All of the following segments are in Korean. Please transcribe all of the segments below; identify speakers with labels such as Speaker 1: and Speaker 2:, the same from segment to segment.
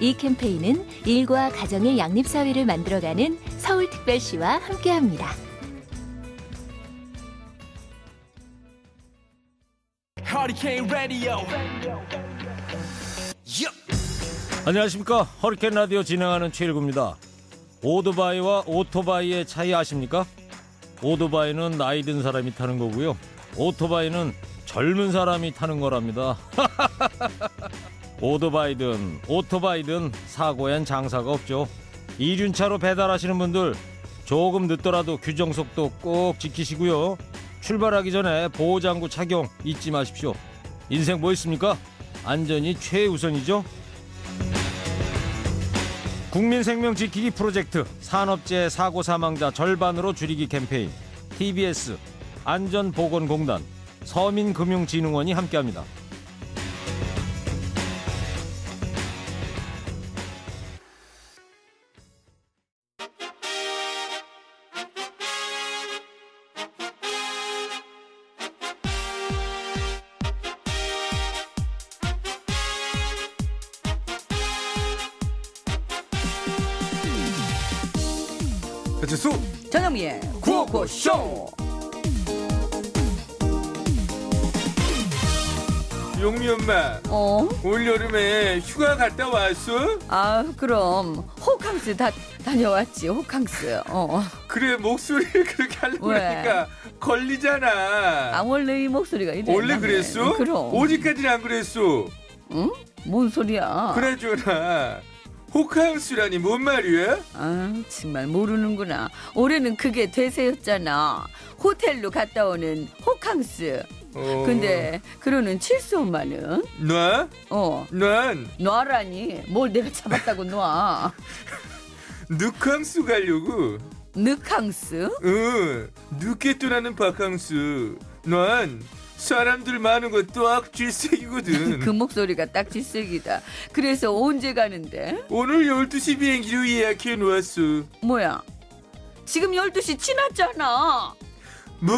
Speaker 1: 이 캠페인은 일과 가정의 양립사회를 만들어가는 서울특별시와 함께합니다.
Speaker 2: 안녕하십니까 허리케인 라디오 진행하는 최일구입니다 오토바이와 오토바이의 차이 아십니까? 오토바이는 나이 든 사람이 타는 거고요 오토바이는 젊은 사람이 타는 거랍니다 오토바이든 오토바이든 사고엔 장사가 없죠 이륜차로 배달하시는 분들 조금 늦더라도 규정 속도 꼭 지키시고요 출발하기 전에 보호장구 착용 잊지 마십시오 인생 뭐 있습니까? 안전이 최우선이죠 국민 생명 지키기 프로젝트 산업재해 사고 사망자 절반으로 줄이기 캠페인 TBS 안전보건공단 서민금융진흥원이 함께합니다.
Speaker 3: 배치수
Speaker 4: 전영미의 구호구쇼
Speaker 3: 용미 엄마
Speaker 4: 어?
Speaker 3: 올 여름에 휴가 갔다 왔어?
Speaker 4: 아 그럼 호캉스 다 다녀왔지 호캉스 어.
Speaker 3: 그래 목소리를 그렇게 하려고
Speaker 4: 왜?
Speaker 3: 하니까 걸리잖아.
Speaker 4: 아 원래 이 목소리가 이래
Speaker 3: 원래
Speaker 4: 나는.
Speaker 3: 그랬어?
Speaker 4: 그럼
Speaker 3: 오직까지는 안 그랬어.
Speaker 4: 응? 뭔 소리야
Speaker 3: 그나저나 호캉스라니 뭔 말이야?
Speaker 4: 아 정말 모르는구나 올해는 그게 대세였잖아 호텔로 갔다 오는 호캉스
Speaker 3: 어,
Speaker 4: 근데 그러는 칠수 엄마는
Speaker 3: 나?
Speaker 4: 어
Speaker 3: 난
Speaker 4: 놔라니 뭘 내가 잡았다고 놔
Speaker 3: 늑캉스 가려고.
Speaker 4: 늑캉스
Speaker 3: 응 늦게 떠나는 바캉스. 난 사람들 많은 거딱 질색이거든.
Speaker 4: 그 목소리가 딱 질색이다 그래서 언제 가는데
Speaker 3: 오늘 12시 비행기로 예약해 놓았어.
Speaker 4: 뭐야? 지금 12시 지났잖아.
Speaker 3: 뭐?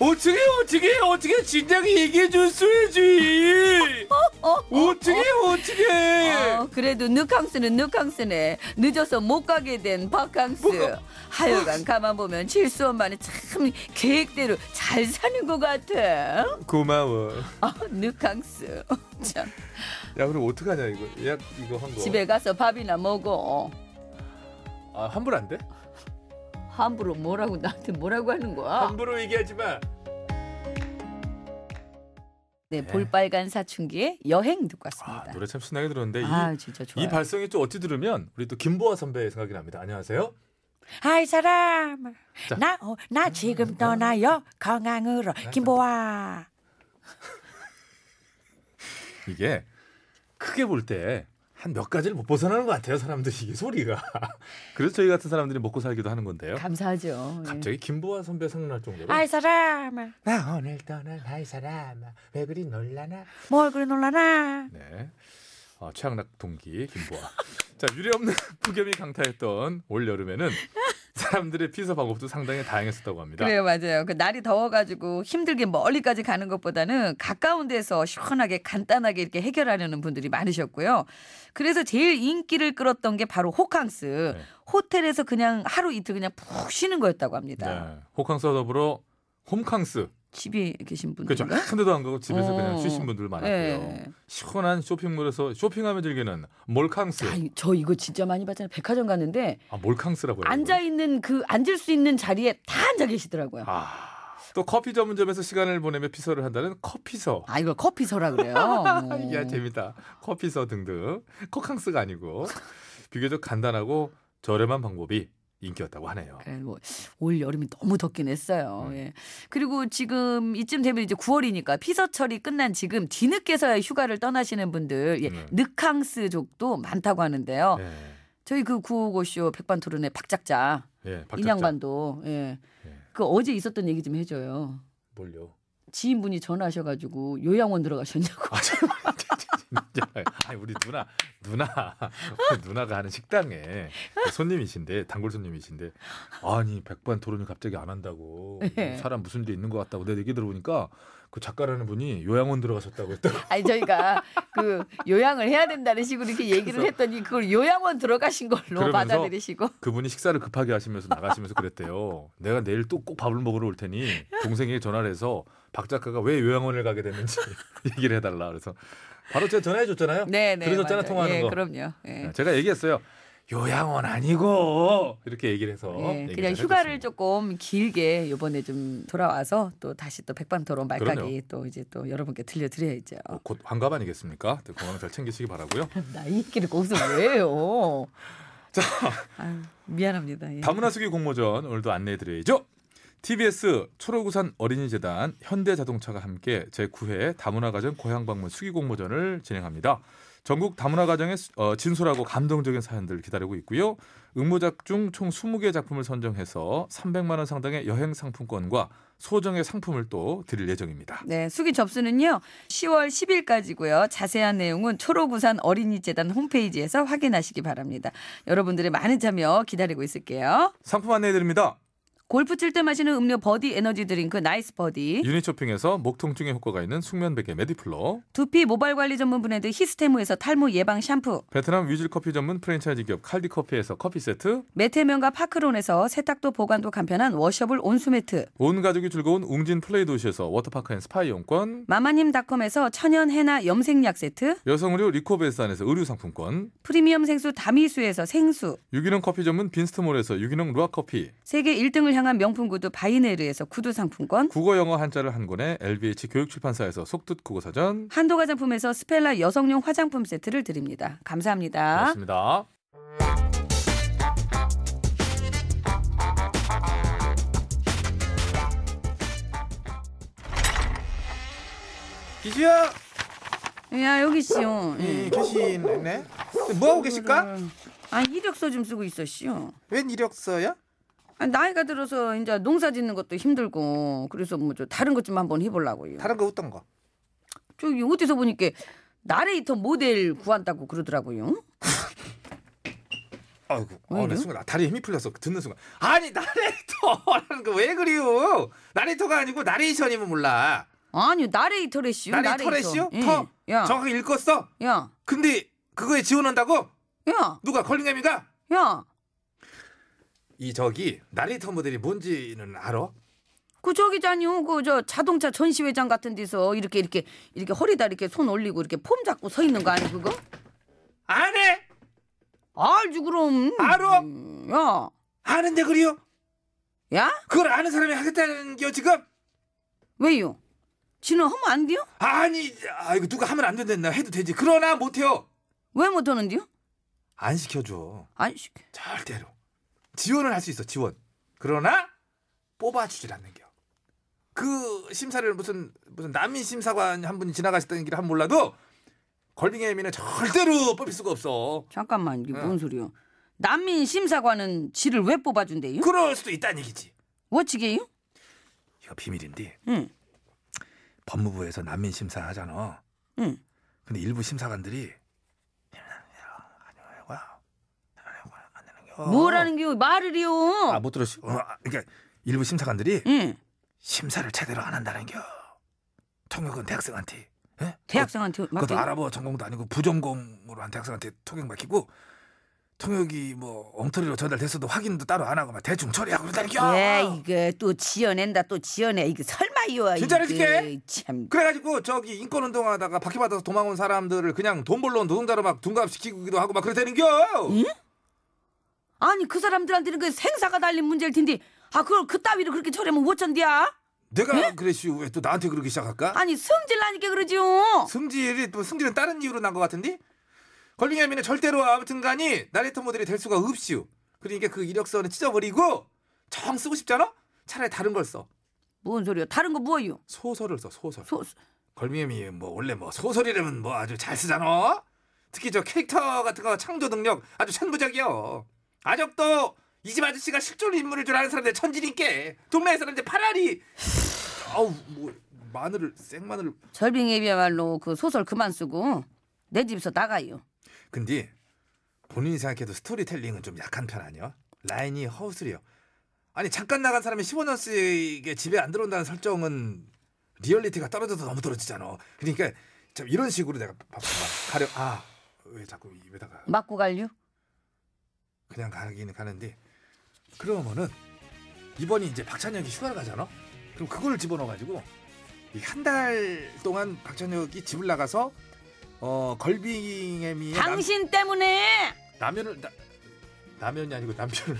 Speaker 3: 어떻게 어떻게 어떻게 진작 얘기해 줬어야지. 어떻게
Speaker 4: 어,
Speaker 3: 어떻게?
Speaker 4: 그래도 늑캉스는 늑캉스네. 늦어서 못 가게 된 바캉스. 하여간 가만 보면 칠수 엄마는 참 계획대로 잘 사는 것 같아.
Speaker 3: 고마워.
Speaker 4: 아, 늑캉스. 참,
Speaker 3: 뭐? 야 그럼 어떡하냐 이거 예약 이거 한 거.
Speaker 4: 집에 가서 밥이나 먹어.
Speaker 3: 아 환불 안 돼?
Speaker 4: 함부로 뭐라고 나한테 뭐라고 하는 거야?
Speaker 3: 함부로 얘기하지 마.
Speaker 4: 네, 볼빨간 사춘기의 여행 듣고
Speaker 3: 아,
Speaker 4: 왔습니다.
Speaker 3: 노래 참 신나게 들었는데
Speaker 4: 아, 진짜
Speaker 3: 이,
Speaker 4: 좋아요.
Speaker 3: 이 발성이 또 어찌 들으면 우리 또 김보아 선배 생각이 납니다. 안녕하세요.
Speaker 5: 아이 사람
Speaker 3: 자. 아, 네.
Speaker 5: 나, 어, 나 지금 떠나요 건강으로 김보아
Speaker 3: 이게 크게 볼 때 한 몇 가지를 못 벗어나는 것 같아요 사람들이 이게 소리가. 그래서 저희 같은 사람들이 먹고 살기도 하는 건데요.
Speaker 4: 감사하죠. 예.
Speaker 3: 갑자기 김보아 선배 생각날 정도로.
Speaker 5: 아이 사람
Speaker 3: 예. 나 오늘 떠날 나이 사람아 왜 그리 놀라나
Speaker 4: 뭐
Speaker 5: 뭘 그리 놀라나
Speaker 3: 네 어, 최악락 동기 김보아 자 유례 없는 폭염이 강타했던 올 여름에는 사람들의 피서 방법도 상당히 다양했었다고 합니다
Speaker 4: 그래요, 맞아요. 그 날이 더워가지고 힘들게 멀리까지 가는 것보다는 가까운 데서 시원하게 간단하게 이렇게 해결하려는 분들이 많으셨고요. 그래서 제일 인기를 끌었던 게 바로 호캉스.
Speaker 3: 네.
Speaker 4: 호텔에서 그냥 하루 이틀 그냥 푹 쉬는 거였다고 합니다.
Speaker 3: 네, 호캉스와 더불어 홈캉스
Speaker 4: 집에 계신 분들.
Speaker 3: 그렇죠 한 데도 안 가고 집에서
Speaker 4: 어. 예,
Speaker 3: 그냥 쉬신 분들 많았고요 시원한 쇼핑몰에서 쇼핑하며 즐기는 몰캉스
Speaker 4: 저 이거 진짜 많이 봤잖아요. 백화점 갔는데
Speaker 3: 아 몰캉스라고 해요
Speaker 4: 앉아 있는 그 앉을 수 있는 자리에 다 앉아 계시더라고요. 아,
Speaker 3: 또 커피 전문점에서 시간을 보내며 피서를 한다는 커피서
Speaker 4: 아, 이걸 커피서라 그래요. 어.
Speaker 3: 야 재밌다. 커피서 등등. 코캉스가 아니고 비교적 간단하고 저렴한 방법이 인기였다고 하네요.
Speaker 4: 그래 뭐올 여름이 너무 덥긴 했어요.
Speaker 3: 음.
Speaker 4: 예. 그리고 지금 이쯤 되면 이제 9월이니까 피서철이 끝난 지금 뒤늦게서야 휴가를 떠나시는 분들 예.
Speaker 3: 음.
Speaker 4: 늑캉스족도 많다고 하는데요.
Speaker 3: 예.
Speaker 4: 저희 그 구호고쇼 백반토론의 박작자
Speaker 3: 예, 박 작가.
Speaker 4: 인양반도 예.
Speaker 3: 예.
Speaker 4: 그 어제 있었던 얘기 좀 해줘요.
Speaker 3: 뭘요?
Speaker 4: 지인분이 전화하셔가지고 요양원 들어가셨냐고.
Speaker 3: 아, 참. 진짜. 아니 우리 누나 누나 그 누나가 하는 식당에 그 손님이신데 단골 손님이신데 아니 백반 토론이 갑자기 안 한다고
Speaker 4: 네.
Speaker 3: 사람 무슨 일 있는 것 같다고 내 얘기 들어보니까 그 작가라는 분이 요양원 들어가셨다고 했다고
Speaker 4: 아니 저희가 그 요양을 해야 된다는 식으로 이렇게 얘기를
Speaker 3: 그래서-
Speaker 4: 했더니 그걸 요양원 들어가신 걸로
Speaker 3: 그러면서-
Speaker 4: 받아들이시고.
Speaker 3: 그분이 식사를 급하게 하시면서 나가시면서 그랬대요 내가 내일 또 꼭 밥을 먹으러 올 테니 동생에게 전화를 해서 박 작가가 왜 요양원을 가게 됐는지 얘기를 해달라 그래서 바로 제가 전화해 줬잖아요
Speaker 4: 네네.
Speaker 3: 들으셨잖아,
Speaker 4: 맞아요.
Speaker 3: 통화하는
Speaker 4: 예,
Speaker 3: 거.
Speaker 4: 그럼요. 예.
Speaker 3: 아, 제가 얘기했어요 요양원 아니고 이렇게 얘기를 해서
Speaker 4: 예,
Speaker 3: 얘기를
Speaker 4: 그냥
Speaker 3: 해줬습니다.
Speaker 4: 휴가를 조금 길게 이번에 좀 돌아와서 또 다시 또 백반토론 말까기
Speaker 3: 그럼요.
Speaker 4: 또 이제 또 여러분께 들려드려야죠.
Speaker 3: 뭐, 곧 환갑 아니겠습니까? 또 건강 잘 챙기시기 바라고요.
Speaker 4: 아, 나이 길을 거기서 왜요? 자, 아유, 미안합니다. 예.
Speaker 3: 다문화수기 공모전 오늘도 안내해드려야죠. TBS 초록우산 어린이재단 현대자동차가 함께 제9회 다문화가정 고향방문 수기 공모전을 진행합니다. 전국 다문화가정의 수- 어, 진솔하고 감동적인 사연들 기다리고 있고요. 응모작 중 총 20개 작품을 선정해서 300만 원 상당의 여행 상품권과 소정의 상품을 또 드릴 예정입니다.
Speaker 4: 네, 수기 접수는요 10월 10일까지고요. 자세한 내용은 초록우산 어린이재단 홈페이지에서 확인하시기 바랍니다. 여러분들의 많은 참여 기다리고 있을게요.
Speaker 3: 상품 안내해드립니다.
Speaker 4: 골프 칠 때 마시는 음료 버디 에너지 드링크 나이스 버디,
Speaker 3: 유니쇼핑에서 목통증에 효과가 있는 숙면베개 메디플러
Speaker 4: 두피 모발 관리 전문 브랜드 히스테모에서 탈모 예방 샴푸,
Speaker 3: 베트남 위즐 커피 전문 프랜차이즈 기업 칼디 커피에서 커피 세트,
Speaker 4: 메테면과 파크론에서 세탁도 보관도 간편한 워셔블 온수매트,
Speaker 3: 온 가족이 즐거운 웅진 플레이 도시에서 워터파크 앤 스파 이용권,
Speaker 4: 마마님닷컴에서 천연 해나 염색약 세트,
Speaker 3: 여성 의류 리코베스안에서 의류 상품권,
Speaker 4: 프리미엄 생수 다미수에서 생수,
Speaker 3: 유기농 커피 전문 빈스트몰에서 유기농 루아 커피,
Speaker 4: 세계 1등을 향한 명품 구두 바이네르에서 구두 상품권,
Speaker 3: 국어 영어 한자를 한 권에 LBH 교육출판사에서 속뜻 국어 사전.
Speaker 4: 한도 화장품에서 스펠라 여성용 화장품 세트를 드립니다. 감사합니다.
Speaker 3: 고맙습니다. 기시야,
Speaker 4: 야 예, 아, 여기 씨요.
Speaker 6: 예, 계시네. 뭐 하고 계실까?
Speaker 4: 아 이력서 좀 쓰고 있어 씨요.
Speaker 6: 웬 이력서야?
Speaker 4: 아, 나이가 들어서 이제 농사 짓는 것도 힘들고 그래서 뭐 저 다른 것 좀 한번 해보려고요.
Speaker 6: 다른 거 어떤 거?
Speaker 4: 저기 어디서 보니까 나레이터 모델 구한다고 그러더라고요.
Speaker 6: 아이고,
Speaker 4: 왜요?
Speaker 6: 어, 나 순간 나 다리에 힘이 풀려서 듣는 순간 아니 나레이터라는 거 왜 그리요? 나레이터가 아니고 나레이션이면 몰라.
Speaker 4: 아니 나레이터래 씨요.
Speaker 6: 나레이터래 씨요? 터?
Speaker 4: 야,
Speaker 6: 정확하게 읽었어?
Speaker 4: 야,
Speaker 6: 근데 그거에 지원한다고?
Speaker 4: 야,
Speaker 6: 누가 컬링애미가?
Speaker 4: 야.
Speaker 6: 이 저기 나레이터 모델이 뭔지는 알아?
Speaker 4: 그 저기잖요. 그 저 자동차 전시회장 같은 데서 이렇게 이렇게 이렇게 허리다 이렇게 손 올리고 이렇게 폼 잡고 서 있는 거 아니 그거?
Speaker 6: 안 해?
Speaker 4: 알지 그럼.
Speaker 6: 알어?
Speaker 4: 음, 야,
Speaker 6: 아는데 그리요?
Speaker 4: 야,
Speaker 6: 그걸 아는 사람이 하겠다는 겨 지금?
Speaker 4: 왜요? 지는 하면 안 돼요?
Speaker 6: 아니, 아이고 누가 하면 안 된다 해도 되지. 그러나 못해요.
Speaker 4: 왜 못하는데요?
Speaker 6: 안 시켜줘.
Speaker 4: 아니, 씨,
Speaker 6: 절대로 지원을 할 수 있어 지원 그러나 뽑아주질 않는겨 그 심사를 무슨 무슨 난민 심사관 한 분이 지나가셨다는 길을 한 몰라도 걸빙애미는 절대로 뽑힐 수가 없어
Speaker 4: 잠깐만 이게
Speaker 6: 응.
Speaker 4: 뭔 소리요? 난민 심사관은 지를 왜 뽑아준대요?
Speaker 6: 그럴 수도 있다는 얘기지
Speaker 4: 어찌게요?
Speaker 6: 이거 비밀인데
Speaker 4: 응,
Speaker 6: 법무부에서 난민 심사 하잖아
Speaker 4: 응.
Speaker 6: 근데 일부 심사관들이 안 되는겨.
Speaker 4: 뭐라는 게요? 말을 해요.
Speaker 6: 어. 아, 못 들었어. 어, 그러니까 일부 심사관들이
Speaker 4: 응,
Speaker 6: 심사를 제대로 안 한다는겨. 통역은 대학생한테. 예?
Speaker 4: 대학생한테
Speaker 6: 그것- 그것도
Speaker 4: 맡겨요?
Speaker 6: 아랍어 전공도 아니고 부전공으로 한 대학생한테 통역 맡기고 통역이 뭐 엉터리로 전달됐어도 확인도 따로 안 하고 막 대충 처리하고 그러다니까.
Speaker 4: 예, 이게 또 지어낸다, 또 지어내. 이게 설마요?
Speaker 6: 진짜로
Speaker 4: 이게
Speaker 6: 줄게.
Speaker 4: 참.
Speaker 6: 그래가지고 저기 인권 운동하다가 박해받아서 도망온 사람들을 그냥 돈 벌러 온 노동자로 막 둔갑시키기도 하고 막 그러다니까.
Speaker 4: 아니 그 사람들한테는 그 생사가 달린 문제일 텐데, 아 그걸 그 따위로 그렇게 처리하면 어쩐디야?
Speaker 6: 내가 그랬슈 왜 또 나한테 그렇게 시작할까?
Speaker 4: 아니 성질 나니까 그러지요.
Speaker 6: 승질이 또 승질은 다른 이유로 난 것 같은데 걸빙애미는 절대로 아무튼간이 나레이터 모델이 될 수가 없슈 그러니까 그 이력서는 찢어버리고 정 쓰고 싶잖아? 차라리 다른 걸 써.
Speaker 4: 뭔 소리요? 다른 거 뭐요?
Speaker 6: 소설을 써 소설.
Speaker 4: 소- 소-
Speaker 6: 걸미엠이 뭐 원래 뭐 소설이라면 뭐 아주 잘 쓰잖아. 특히 저 캐릭터 같은 거 창조 능력 아주 천부적이요. 아적도 이 집 아저씨가 실존 인물일 줄 아는 사람들 천진인께 동네 사람들 파라리. 아우 뭐 마늘을 생마늘을.
Speaker 4: 절빙에 비야말로 그 소설 그만 쓰고 내 집에서 나가요.
Speaker 6: 근데 본인이 생각해도 스토리텔링은 좀 약한 편 아니야? 라인이 허우스려. 아니 잠깐 나간 사람이 15년씩 집에 안 들어온다는 설정은 리얼리티가 떨어져도 너무 떨어지잖아. 그러니까 참 이런 식으로 내가 봐- 봐봐 가려 아 왜 자꾸 입에다가
Speaker 4: 맞고 갈요?
Speaker 6: 그냥 가기는 가는데 그러면은 이번이 이제 박찬혁이 휴가를 가잖아. 그럼 그걸 집어넣어가지고 한 달 동안 박찬혁이 집을 나가서 어 걸빙애미의 남-
Speaker 4: 당신 때문에
Speaker 6: 라면을 나, 라면이 아니고 남편을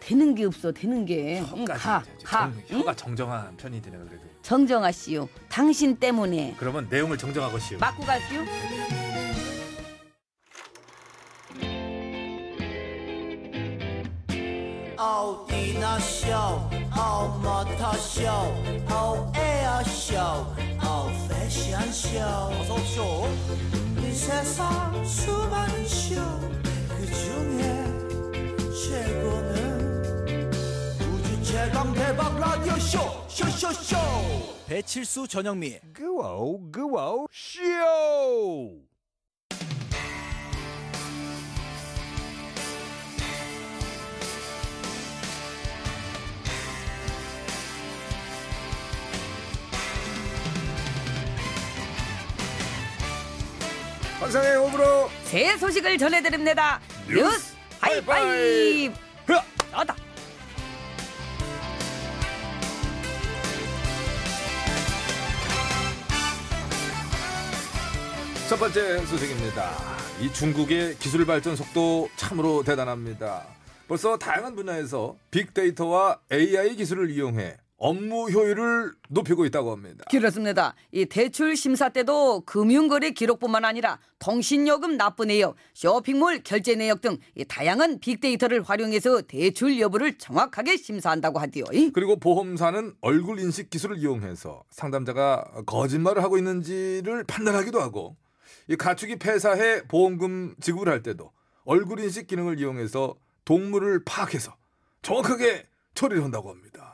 Speaker 4: 되는 게 없어 되는 게. 응, 예, 음, 가,
Speaker 6: 혀까지 이제
Speaker 4: 가. 음?
Speaker 6: 정-
Speaker 4: 응?
Speaker 6: 혀가 정정한 편이 되네 그래도
Speaker 4: 정정아 씨요. 당신 때문에
Speaker 6: 그러면 내용을 정정하고 시오
Speaker 4: 맞고 갈게요.
Speaker 7: 어, 어, 그
Speaker 8: 배칠수 전영미 그와우 그와우 쇼
Speaker 6: 환상의 호불호
Speaker 4: 새 소식을 전해드립니다. 뉴스 하이파이브. 나다.
Speaker 6: 첫 번째 소식입니다 이 중국의 기술 발전 속도 참으로 대단합니다 벌써 다양한 분야에서 빅데이터와 AI 기술을 이용해 업무 효율을 높이고 있다고 합니다
Speaker 4: 그렇습니다. 이 대출 심사 때도 금융거래 기록뿐만 아니라 통신요금 납부 내역, 쇼핑몰 결제 내역 등이 다양한 빅데이터를 활용해서 대출 여부를 정확하게 심사한다고 하디요. 이?
Speaker 6: 그리고 보험사는 얼굴 인식 기술을 이용해서 상담자가 거짓말을 하고 있는지를 판단하기도 하고 이 가축이 폐사해 보험금 지급할 때도 얼굴 인식 기능을 이용해서 동물을 파악해서 정확하게 처리를 한다고 합니다.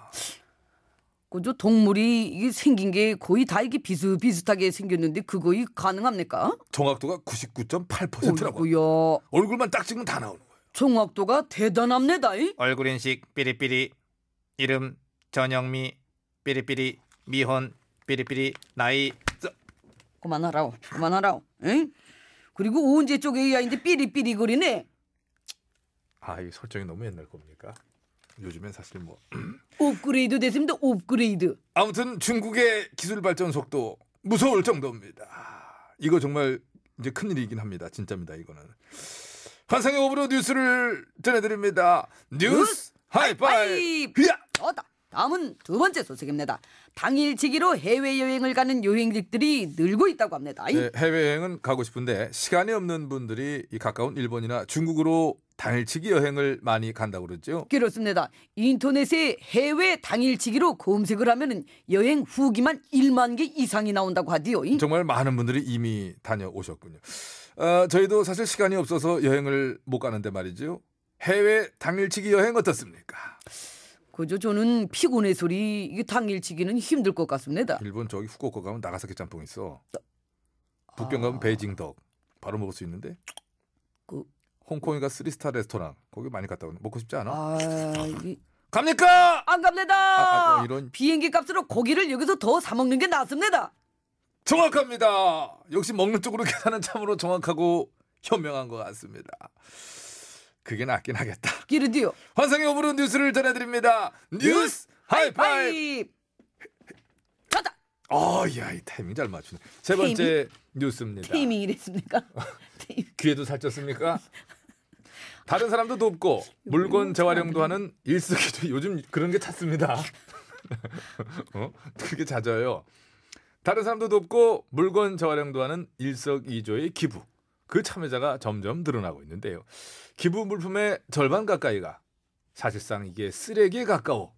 Speaker 4: 그저 동물이 이게 생긴 게 거의 다 이게 비슷비슷하게 생겼는데 그거 이 가능합니까?
Speaker 6: 정확도가 99.8%라고
Speaker 4: 어이구야.
Speaker 6: 얼굴만 딱 찍으면 다 나오는 거예요.
Speaker 4: 정확도가 대단합니다. 이?
Speaker 6: 얼굴 인식 삐리삐리 이름 전영미 삐리삐리 미혼 삐리삐리 나이
Speaker 4: 그만하라오. 그만하라오. 응? 그리고 언제 쪽 AI인데 삐리삐리 거리네.
Speaker 6: 아 이 설정이 너무 옛날 겁니까? 요즘엔 사실 뭐
Speaker 4: 업그레이드 됐습니다. 업그레이드.
Speaker 6: 아무튼 중국의 기술 발전 속도 무서울 정도입니다. 이거 정말 이제 큰일이긴 합니다. 진짜입니다. 이거는 환상의 오브로 뉴스를 전해드립니다. 뉴스 하이파이브. 야!
Speaker 4: 어다. 다음은 두 번째 소식입니다. 당일치기로 해외 여행을 가는 여행객들이 늘고 있다고 합니다.
Speaker 6: 네, 해외여행은 가고 싶은데 시간이 없는 분들이 이 가까운 일본이나 중국으로 당일치기 여행을 많이 간다고 그러죠.
Speaker 4: 그렇습니다. 인터넷에 해외 당일치기로 검색을 하면 여행 후기만 1만 개 이상이 나온다고 하디요. 이?
Speaker 6: 정말 많은 분들이 이미 다녀오셨군요. 어, 저희도 사실 시간이 없어서 여행을 못 가는데 말이죠. 해외 당일치기 여행 어떻습니까?
Speaker 4: 그저 저는 피곤해 소리 이게 당일치기는 힘들 것 같습니다.
Speaker 6: 일본 저기 후쿠오카 가면 나가사키 짬뽕 있어. 북경 가면 베이징 덕 바로 먹을 수 있는데.
Speaker 4: 그-
Speaker 6: 홍콩이가 쓰리스타 레스토랑 거기 많이 갔다 오는 먹고 싶지 않아?
Speaker 4: 아, 이게
Speaker 6: 갑니까?
Speaker 4: 안 갑니다.
Speaker 6: 아, 아, 이런-
Speaker 4: 비행기 값으로 고기를 여기서 더 사 먹는 게 낫습니다.
Speaker 6: 정확합니다. 역시 먹는 쪽으로 계산은 참으로 정확하고 현명한 것 같습니다. 그게 낫긴 하겠다.
Speaker 4: 기르디요.
Speaker 6: 환상의 오브로 뉴스를 전해드립니다. 뉴스 하이파이.
Speaker 4: 하이. 가자.
Speaker 6: 아야 이 타이밍 잘 맞추네. 세
Speaker 4: 타이밍?
Speaker 6: 번째 뉴스입니다.
Speaker 4: 테이밍이랬습니까? 테이밍.
Speaker 6: 귀에도 살쪘습니까? 다른 사람도 돕고 물건 재활용도 하는 일석이조 요즘 그런 게 잦습니다. 어? 그게 잦아요. 다른 사람도 돕고 물건 재활용도 하는 일석이조의 기부. 그 참여자가 점점 늘어나고 있는데요. 기부 물품의 절반 가까이가 사실상 이게 쓰레기에 가까워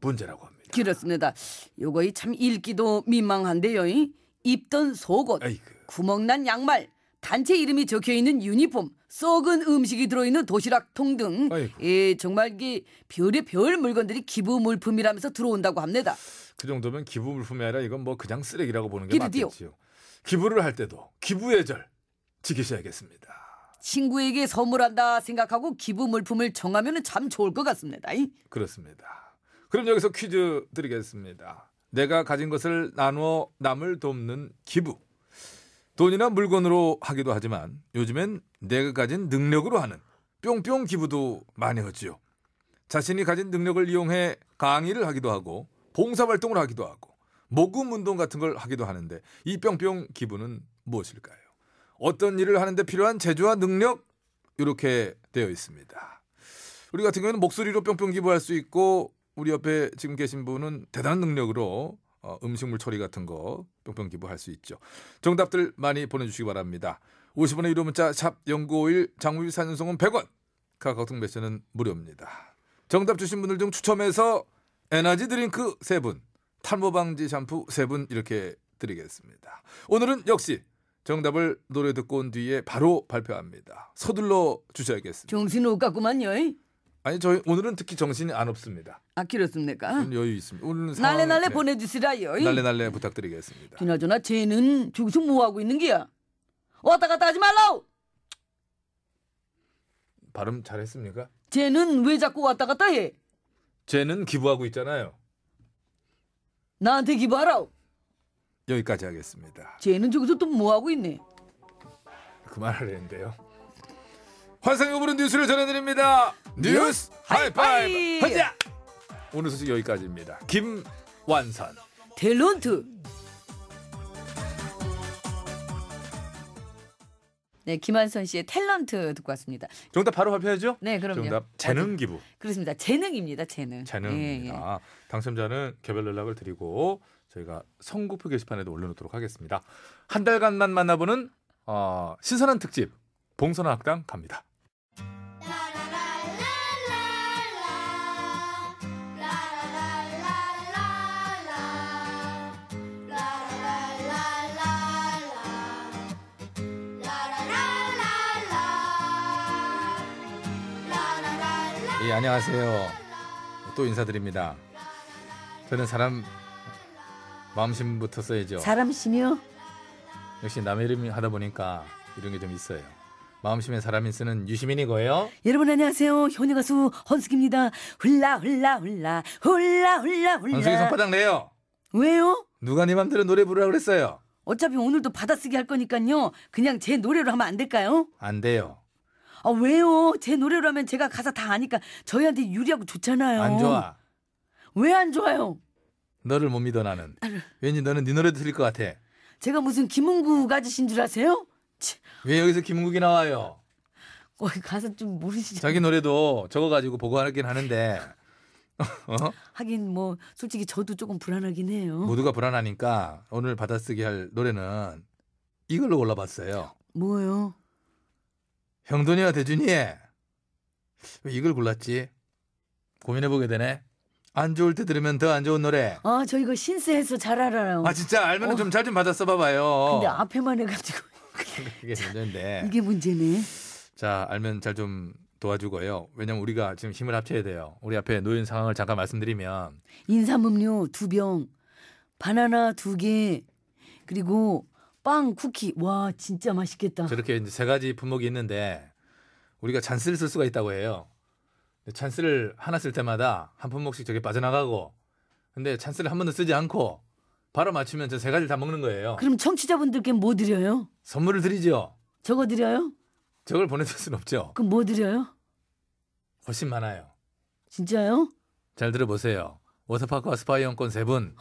Speaker 6: 문제라고 합니다.
Speaker 9: 그렇습니다. 요거 이 참 읽기도 민망한데요. 이. 입던 속옷,
Speaker 6: 아이고.
Speaker 9: 구멍난 양말, 단체 이름이 적혀 있는 유니폼, 썩은 음식이 들어있는 도시락 통등
Speaker 6: 아이고.
Speaker 9: 예, 정말 이 별의 별 물건들이 기부 물품이라면서 들어온다고 합니다.
Speaker 6: 그 정도면 기부 물품이 아니라 이건 뭐 그냥 쓰레기라고 보는 게
Speaker 9: 기르디오.
Speaker 6: 맞겠지요. 기부를 할 때도 기부의 절 지키셔야겠습니다.
Speaker 9: 친구에게 선물한다 생각하고 기부 물품을 정하면 참 좋을 것 같습니다. 이.
Speaker 6: 그렇습니다. 그럼 여기서 퀴즈 드리겠습니다. 내가 가진 것을 나누어 남을 돕는 기부. 돈이나 물건으로 하기도 하지만 요즘엔 내가 가진 능력으로 하는 뿅뿅 기부도 많이 하지요. 자신이 가진 능력을 이용해 강의를 하기도 하고 봉사활동을 하기도 하고 모금 운동 같은 걸 하기도 하는데 이 뿅뿅 기부는 무엇일까요? 어떤 일을 하는데 필요한 재주와 능력 이렇게 되어 있습니다. 우리 같은 경우에는 목소리로 뿅뿅 기부할 수 있고 우리 옆에 지금 계신 분은 대단한 능력으로 어, 음식물 처리 같은 거 뿅뿅 기부할 수 있죠. 정답들 많이 보내주시기 바랍니다. 50원의 유료 문자 샵 0951 장무비 사연송은 100원 카카오톡 메시지는 무료입니다. 정답 주신 분들 중 추첨해서 에너지 드링크 3분 탈모 방지 샴푸 3분 이렇게 드리겠습니다. 오늘은 역시 정답을 노래 듣고 온 뒤에 바로 발표합니다. 서둘러 주셔야겠습니다.
Speaker 9: 정신 못 갔구만요. 이.
Speaker 6: 아니 저희 오늘은 특히 정신이 안 없습니다.
Speaker 9: 아 그렇습니까?
Speaker 6: 오늘 여유 있습니다. 오늘은
Speaker 9: 날래
Speaker 6: 상황이-
Speaker 9: 날래
Speaker 6: 네.
Speaker 9: 보내주시라요. 이.
Speaker 6: 날래 날래
Speaker 4: 네.
Speaker 6: 부탁드리겠습니다.
Speaker 9: 그나저나 쟤는 저기서 뭐 하고 있는 거야? 왔다 갔다 하지 말라우.
Speaker 6: 발음 잘했습니까?
Speaker 9: 쟤는 왜 자꾸 왔다 갔다 해?
Speaker 6: 쟤는 기부하고 있잖아요.
Speaker 9: 나한테 기부하라우.
Speaker 6: 여기까지 하겠습니다.
Speaker 9: 쟤는 저기서 또 뭐 하고 있네?
Speaker 6: 그만하려는데요. 환상의 오브른 뉴스를 전해드립니다. 뉴스 하이파이브.
Speaker 9: 하이파이브!
Speaker 6: 하자. 오늘 소식 여기까지입니다. 김완선.
Speaker 9: 탤런트.
Speaker 4: 네, 김한선 씨의 탤런트 듣고 왔습니다.
Speaker 6: 정답 바로 발표하죠?
Speaker 4: 네, 그럼요.
Speaker 6: 정답 재능 기부.
Speaker 4: 그렇습니다. 재능입니다, 재능. 예, 예.
Speaker 6: 재능입니다. 아. 당첨자는 개별 연락을 드리고 저희가 선곡표 게시판에도 올려놓도록 하겠습니다. 한 달간만 만나보는 어, 신선한 특집 봉선화 학당 갑니다. 예, 안녕하세요. 또 인사드립니다. 저는 사람 마음심부터 써야죠.
Speaker 4: 사람심이요?
Speaker 6: 역시 남의 이름 하다 보니까 이런 게 좀 있어요. 마음심에 사람이 쓰는 유시민이고요.
Speaker 4: 여러분 안녕하세요. 현역 가수 헌숙입니다. 훌라 훌라 hul라 훌라 훌라
Speaker 6: 원숭이
Speaker 4: 훌라.
Speaker 6: 손바닥 내요.
Speaker 4: 왜요?
Speaker 6: 누가 네 맘대로 노래 부르라 그랬어요.
Speaker 4: 어차피 오늘도 받아쓰기 할 거니까요. 그냥 제 노래로 하면 안 될까요?
Speaker 6: 안 돼요.
Speaker 4: 아 왜요? 제 노래로 하면 제가 가사 다 아니까 저희한테 유리하고 좋잖아요.
Speaker 6: 안 좋아.
Speaker 4: 왜 안 좋아요?
Speaker 6: 너를 못 믿어 나는. 왠지 너는 네 노래도 들릴 것 같아.
Speaker 4: 제가 무슨 김은국 아저씨인 줄 아세요?
Speaker 6: 왜 여기서 김국이 나와요?
Speaker 4: 어, 가사 좀 모르시죠?
Speaker 6: 자기 노래도 적어가지고 보고하긴 하는데
Speaker 4: 하긴 뭐 솔직히 저도 조금 불안하긴 해요.
Speaker 6: 모두가 불안하니까 오늘 받아쓰기 할 노래는 이걸로 골라봤어요.
Speaker 4: 뭐요?
Speaker 6: 형돈이와 대준이 왜 이걸 골랐지? 고민해보게 되네. 안 좋을 때 들으면 더 안 좋은 노래.
Speaker 4: 아 저 이거 신세해서 잘 알아요.
Speaker 6: 아 진짜 알면 은 좀 잘 좀 받아 써봐봐요.
Speaker 4: 근데 앞에만 해가지고
Speaker 6: 그게 문제인데.
Speaker 4: 이게 문제네.
Speaker 6: 자 알면 잘 좀 도와주고요. 왜냐면 우리가 지금 힘을 합쳐야 돼요. 우리 앞에 놓인 상황을 잠깐 말씀드리면
Speaker 4: 인삼음료 두 병, 바나나 두 개, 그리고 빵 쿠키. 와 진짜 맛있겠다.
Speaker 6: 저렇게 이제 세 가지 품목이 있는데 우리가 잔스를 쓸 수가 있다고 해요. 근데 잔스를 하나 쓸 때마다 한 품목씩 저게 빠져나가고 근데 잔스를 한 번도 쓰지 않고 바로 맞추면 저 세 가지를 다 먹는 거예요.
Speaker 4: 그럼 청취자분들께 뭐 드려요?
Speaker 6: 선물을 드리죠.
Speaker 4: 저거 드려요?
Speaker 6: 저걸 보내줄 순 없죠.
Speaker 4: 그럼 뭐 드려요?
Speaker 6: 훨씬 많아요.
Speaker 4: 진짜요?
Speaker 6: 잘 들어보세요. 워터파크와 스파이용권 세분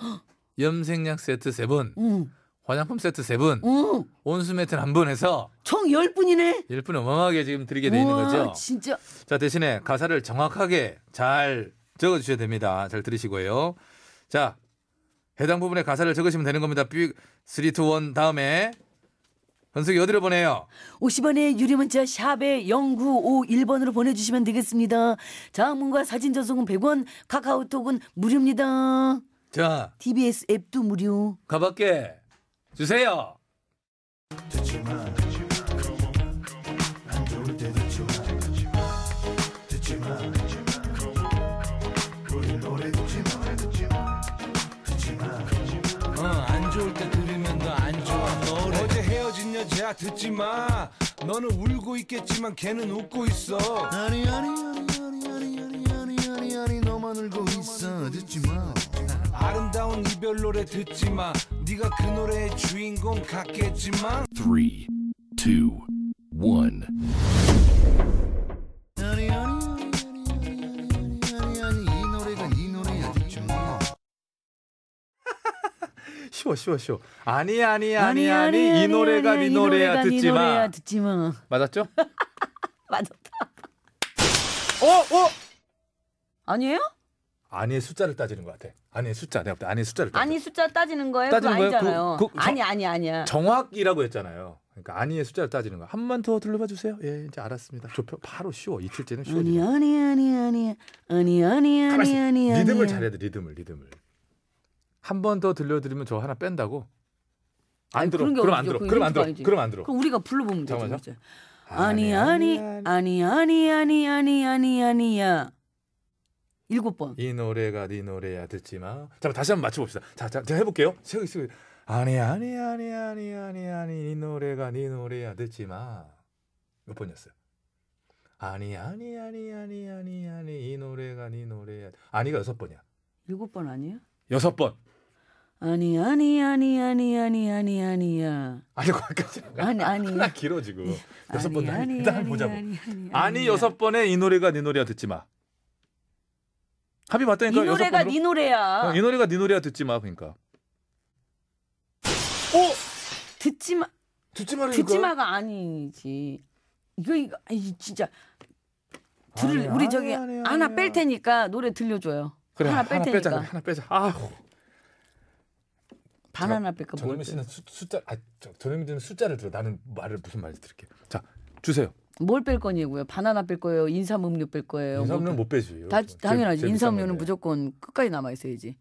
Speaker 6: 염색약 세트 세분
Speaker 4: 응,
Speaker 6: 화장품 세트 세분
Speaker 4: 응.
Speaker 6: 온수 매트는 한 분 해서
Speaker 4: 총 열 분이네.
Speaker 6: 1분 어마어마하게 지금 드리게 돼 있는
Speaker 4: 와,
Speaker 6: 거죠.
Speaker 4: 진짜
Speaker 6: 자 대신에 가사를 정확하게 잘 적어주셔야 됩니다. 잘 들으시고요. 자 해당 부분에 가사를 적으시면 되는 겁니다. 삐3 2 1 다음에 현숙이 어디로 보내요?
Speaker 10: 50원의 유료문자 샵에 0951번으로 보내주시면 되겠습니다. 장문과 사진 전송은 100원, 카카오톡은 무료입니다.
Speaker 6: 자,
Speaker 10: TBS 앱도 무료.
Speaker 6: 가밖에 주세요.
Speaker 7: 어, 안 좋을 때 들으면 더 안 좋아 노래 어제 헤어진 여자 듣지 마 너는 울고 있겠지만 걔는 웃고 있어 아니 아니 아니 아니 아니 아니 아니 아니 너만 울고 있어 듣지 마 아름다운 이별 노래 듣지 마 네가 그 노래의 주인공 같겠지만 3 2 1 아니 아니 아니 아니 아니 아니 아니 이 노래가 이 노래야 듣지 마
Speaker 6: 쉬워, 쉬워, 쉬워. 아니, 아니,
Speaker 10: 아니,
Speaker 6: 아니, 아니, 이
Speaker 10: 아니,
Speaker 6: 노래가
Speaker 10: 아니,
Speaker 6: 네
Speaker 10: 아니,
Speaker 6: 노래야
Speaker 10: 노래가 네
Speaker 6: 듣지 마.
Speaker 10: 노래야, 듣지 마.
Speaker 6: 맞았죠?
Speaker 10: 맞았다.
Speaker 6: 어, 어.
Speaker 4: 아니에요?
Speaker 6: 아니의 숫자를 따지는 것 같아. 아니의 숫자. 내가 볼때 아니의 숫자를 따져.
Speaker 4: 아니 숫자 따지는 거예요?
Speaker 6: 따지는
Speaker 4: 그거
Speaker 6: 거예요?
Speaker 4: 아니잖아요.
Speaker 6: 그- 그- 저-
Speaker 4: 아니 아니 아니야.
Speaker 6: 정확이라고 했잖아요. 그러니까 아니의 숫자를 따지는 거. 한 번 더 둘러봐 주세요. 예, 이제 알았습니다. 좁혀 바로 쉬워. 이틀째는 쉬워.
Speaker 10: 아니 아니 아니 아니 아니 아니 아니 아니 아니
Speaker 6: 리듬을 잘해야 돼. 리듬을, 리듬을. 한 번 더 들려드리면 저 하나 뺀다고. 안
Speaker 4: 아니,
Speaker 6: 들어.
Speaker 4: 그런 게
Speaker 6: 그럼 안
Speaker 4: 어디죠?
Speaker 6: 들어.
Speaker 4: 그게
Speaker 6: 그럼 안
Speaker 4: 힌트가
Speaker 6: 들어.
Speaker 4: 아니지.
Speaker 6: 그럼 안 들어.
Speaker 4: 그럼 우리가 불러보면 되죠.
Speaker 6: 잠깐만요.
Speaker 4: 이제.
Speaker 10: 아니 아니 아니 아니 아니 아니 아니 아니야
Speaker 4: 일곱 번.
Speaker 6: 이 노래가 네 노래야 듣지 마. 잠깐 다시 한번 맞춰봅시다. 자, 자 제가 해볼게요. 세기 세기. 아니 아니 아니 아니 아니 아니 이 노래가 네 노래야 듣지 마. 몇 번이었어요? 아니 아니 아니 아니 아니 아니 이 노래가 네 노래야. 아니가 여섯 번이야.
Speaker 4: 일곱 번 아니에요?
Speaker 6: 여섯 번.
Speaker 10: 아니 아니 아니 아니 아니 아니 아니야
Speaker 6: 아니 거기까지 안 가.
Speaker 10: 아니 아니
Speaker 6: 하나 길어 지금. 여섯 번
Speaker 10: 아니,
Speaker 6: 아니,
Speaker 10: 아니,
Speaker 6: 일단
Speaker 10: 아니,
Speaker 6: 보자고. 아니,
Speaker 10: 아니, 아니, 아니야.
Speaker 6: 여섯 번에 이 노래가 네 노래야 듣지 마. 합이
Speaker 4: 이
Speaker 6: 맞다니까 여섯
Speaker 4: 노래가
Speaker 6: 번으로.
Speaker 4: 네 노래야.
Speaker 6: 어, 이 노래가 네 노래야 듣지 마 그러니까.
Speaker 4: 듣지 마
Speaker 6: 어, 듣지 말라니까.
Speaker 4: 듣지 마가 아니지. 이거 이거 아이 진짜 들을
Speaker 6: 아니,
Speaker 4: 우리
Speaker 6: 아니,
Speaker 4: 저기
Speaker 6: 아니,
Speaker 4: 하나
Speaker 6: 아니야.
Speaker 4: 뺄 테니까 노래 들려줘요.
Speaker 6: 그래
Speaker 4: 하나 뺄
Speaker 6: 빼자
Speaker 4: 테니까.
Speaker 6: 그래, 하나 빼자 아우
Speaker 4: 반 하나 뺄까 뭐.
Speaker 6: 전현미 씨는 수, 숫자 아 저- 전현미 씨는 숫자를 들어 나는 말을 무슨 말을 들을게 자 주세요
Speaker 4: 뭘뺄 거냐고요? 바나나 뺄 거예요? 인삼음료 뺄 거예요?
Speaker 6: 인삼료는
Speaker 4: 뭐
Speaker 6: 못 빼지
Speaker 4: 뺄- 다,
Speaker 6: 제-
Speaker 4: 당연하지.
Speaker 6: 제 비싼
Speaker 4: 인삼음료는
Speaker 6: 건데.
Speaker 4: 무조건 끝까지 남아 있어야지.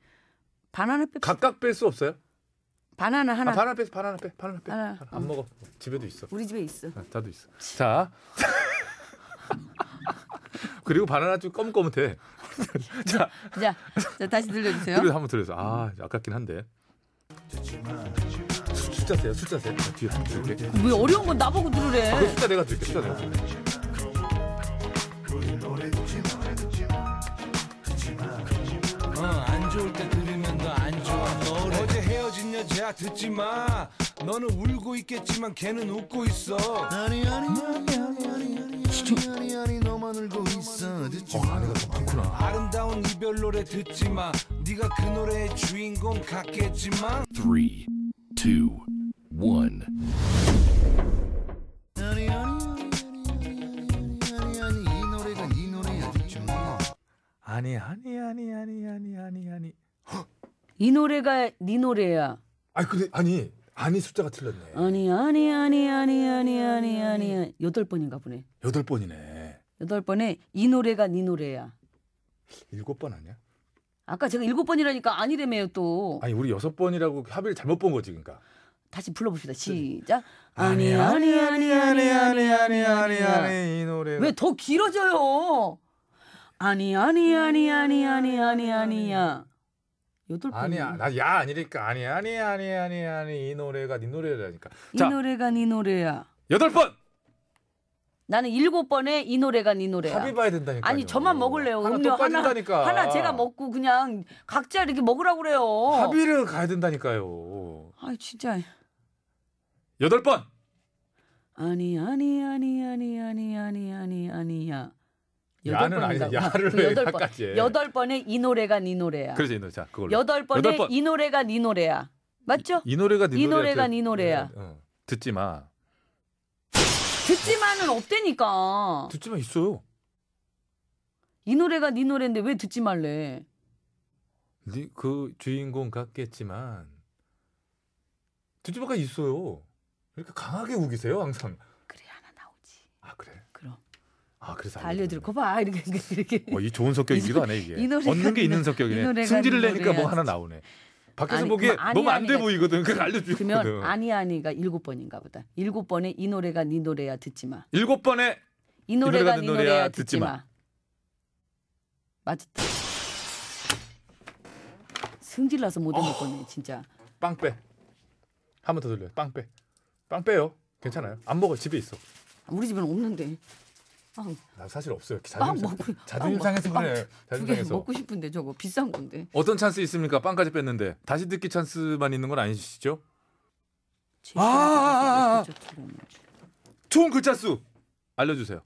Speaker 4: 바나나 빼.
Speaker 6: 각각 뺄 수 없어요
Speaker 4: 바나나 하나.
Speaker 6: 아, 바나나 빼 바나나 빼 바나나 빼
Speaker 4: 하나. 아,
Speaker 6: 안 먹어 집에도 있어
Speaker 4: 우리 집에 있어.
Speaker 6: 아, 다도 있어 자 그리고 바나나 좀 검검해 자
Speaker 4: 자, 자 다시 들려주세요.
Speaker 6: 그래도 한번 들려서 아 아깝긴 한데 수- 숫자 세요 숫자 세요 자, 뒤에 이렇게
Speaker 4: 왜 어려운 건 나보고 들으래?
Speaker 6: 그 숫자 내가 줄게 숫자 내가 줄게
Speaker 7: 어, 안 좋을 때 들으면 더 안 좋아 노래 어제 헤어진 여자 듣지 마 너는 울고 있겠지만 걔는 웃고 있어 아니 아니 아니 아니 아니 아니 아니 아니 아니 너만 울고 있어 듣지 마 아니가 더 많구나 아름다운 이별 노래 듣지 마 네가 그 노래의 주인공 같겠지만 3 2 1 아니 아니 아니 아니 아니 아니 아니 이 노래가 이 노래야 듣지 마
Speaker 6: 아니 아니 아니 아니 아니 아니 아니
Speaker 4: 이 노래가 네 노래야.
Speaker 6: 아니 근데 아니 아니 숫자가 틀렸네.
Speaker 4: 아니 아니 아니 아니 아니 아니 아니 여덟 번인가 보네.
Speaker 6: 여덟 번이네.
Speaker 4: 여덟 번에 이 노래가 네 노래야.
Speaker 6: 일곱 번 아니야?
Speaker 4: 아까 제가 일곱 번이라니까 아니래매요 또.
Speaker 6: 아니 우리 여섯 번이라고 합의를 잘못 본 거지 그러니까.
Speaker 4: 다시 불러봅시다. 시작.
Speaker 6: 아니 아니 아니 아니 아니 아니 아니 아니 이 노래.
Speaker 4: 왜 더 길어져요? 아니 아니 아니 아니 아니 아니 아니야. 여덟 번.
Speaker 6: 아니야 나야 아니니까 아니 아니 아니 아니 아니 이 노래가 네 노래라니까.
Speaker 4: 이
Speaker 6: 자
Speaker 4: 노래가 네 노래야.
Speaker 6: 여덟 번
Speaker 4: 나는 일곱 번에 이 노래가 네 노래야.
Speaker 6: 합의 봐야 된다니까.
Speaker 4: 아니 저만 먹을래요.
Speaker 6: 하나
Speaker 4: 음료
Speaker 6: 또
Speaker 4: 하나
Speaker 6: 빠진다니까.
Speaker 4: 하나 제가 먹고 그냥 각자 이렇게 먹으라고 그래요.
Speaker 6: 합의를 가야 된다니까요.
Speaker 4: 아 진짜.
Speaker 6: 여덟 번
Speaker 4: 아니 아니 아니 아니 아니 아니 아니 아니야. 여덟
Speaker 6: 야는 아니다.
Speaker 4: 번이라고.
Speaker 6: 야를
Speaker 4: 그럼
Speaker 6: 왜
Speaker 4: 여덟 번.
Speaker 6: 여기까지 해?
Speaker 4: 여덟 번에 이 노래가 네 노래야.
Speaker 6: 그래서 이 노래 자 그걸로.
Speaker 4: 여덟 번에
Speaker 6: 여덟 번.
Speaker 4: 이 노래가 네 노래야. 맞죠?
Speaker 6: 이 노래가 네
Speaker 4: 이
Speaker 6: 노래야.
Speaker 4: 노래가
Speaker 6: 듣-
Speaker 4: 네 노래야.
Speaker 6: 어. 듣지 마.
Speaker 4: 듣지만은 없대니까.
Speaker 6: 듣지 마 있어요.
Speaker 4: 이 노래가 네 노래인데 왜 듣지 말래?
Speaker 6: 네, 그 주인공 같겠지만 듣지마가 있어요. 이렇게 강하게 우기세요 항상.
Speaker 4: 그래 하나 나오지.
Speaker 6: 아 그래.
Speaker 4: 그럼
Speaker 6: 아 그래서
Speaker 4: 다 알려줄 거 봐. 이렇게 이렇게 이렇게.
Speaker 6: 어, 이 좋은 성격이기도 하네 이게.
Speaker 4: 이 노래가
Speaker 6: 얻는 게
Speaker 4: 이
Speaker 6: 있는
Speaker 4: 노- 이
Speaker 6: 성격이네.
Speaker 4: 노래가
Speaker 6: 승질을
Speaker 4: 이
Speaker 6: 내니까 뭐
Speaker 4: 노래야.
Speaker 6: 하나 나오네. 밖에서
Speaker 4: 아니,
Speaker 6: 보기에
Speaker 4: 그럼 아니,
Speaker 6: 너무 안 돼
Speaker 4: 아니가-
Speaker 6: 보이거든. 그걸
Speaker 4: 그러면
Speaker 6: 알려주거든.
Speaker 4: 아니 아니가 일곱 번인가 보다. 일곱 번에 이 노래가 네 노래야 듣지 마.
Speaker 6: 일곱 번에
Speaker 4: 이 노래가
Speaker 6: 노래가 네
Speaker 4: 네
Speaker 6: 노래야
Speaker 4: 노래야
Speaker 6: 듣지
Speaker 4: 듣지
Speaker 6: 마.
Speaker 4: 마. 맞았다. 승질 나서 못 해먹
Speaker 6: 어.
Speaker 4: 거네 진짜.
Speaker 6: 빵 빼. 한 번 더 돌려. 요빵 빼. 빵 빼요. 괜찮아요. 안 먹어. 집에 있어.
Speaker 4: 우리 집엔 없는데. 아,
Speaker 6: 나 사실 없어요.
Speaker 4: 빵
Speaker 6: 자존심,
Speaker 4: 먹고
Speaker 6: 자존심 상해서 그래.
Speaker 4: 두 개
Speaker 6: 자존심상해서.
Speaker 4: 먹고 싶은데 저거 비싼 건데.
Speaker 6: 어떤 찬스 있습니까? 빵까지 뺐는데 다시 듣기 찬스만 있는 건 아니시죠?
Speaker 4: 제시하는
Speaker 6: 아, 아, 아, 아.
Speaker 4: 거 진짜 두려운 거지.
Speaker 6: 총 글자 수그 알려주세요.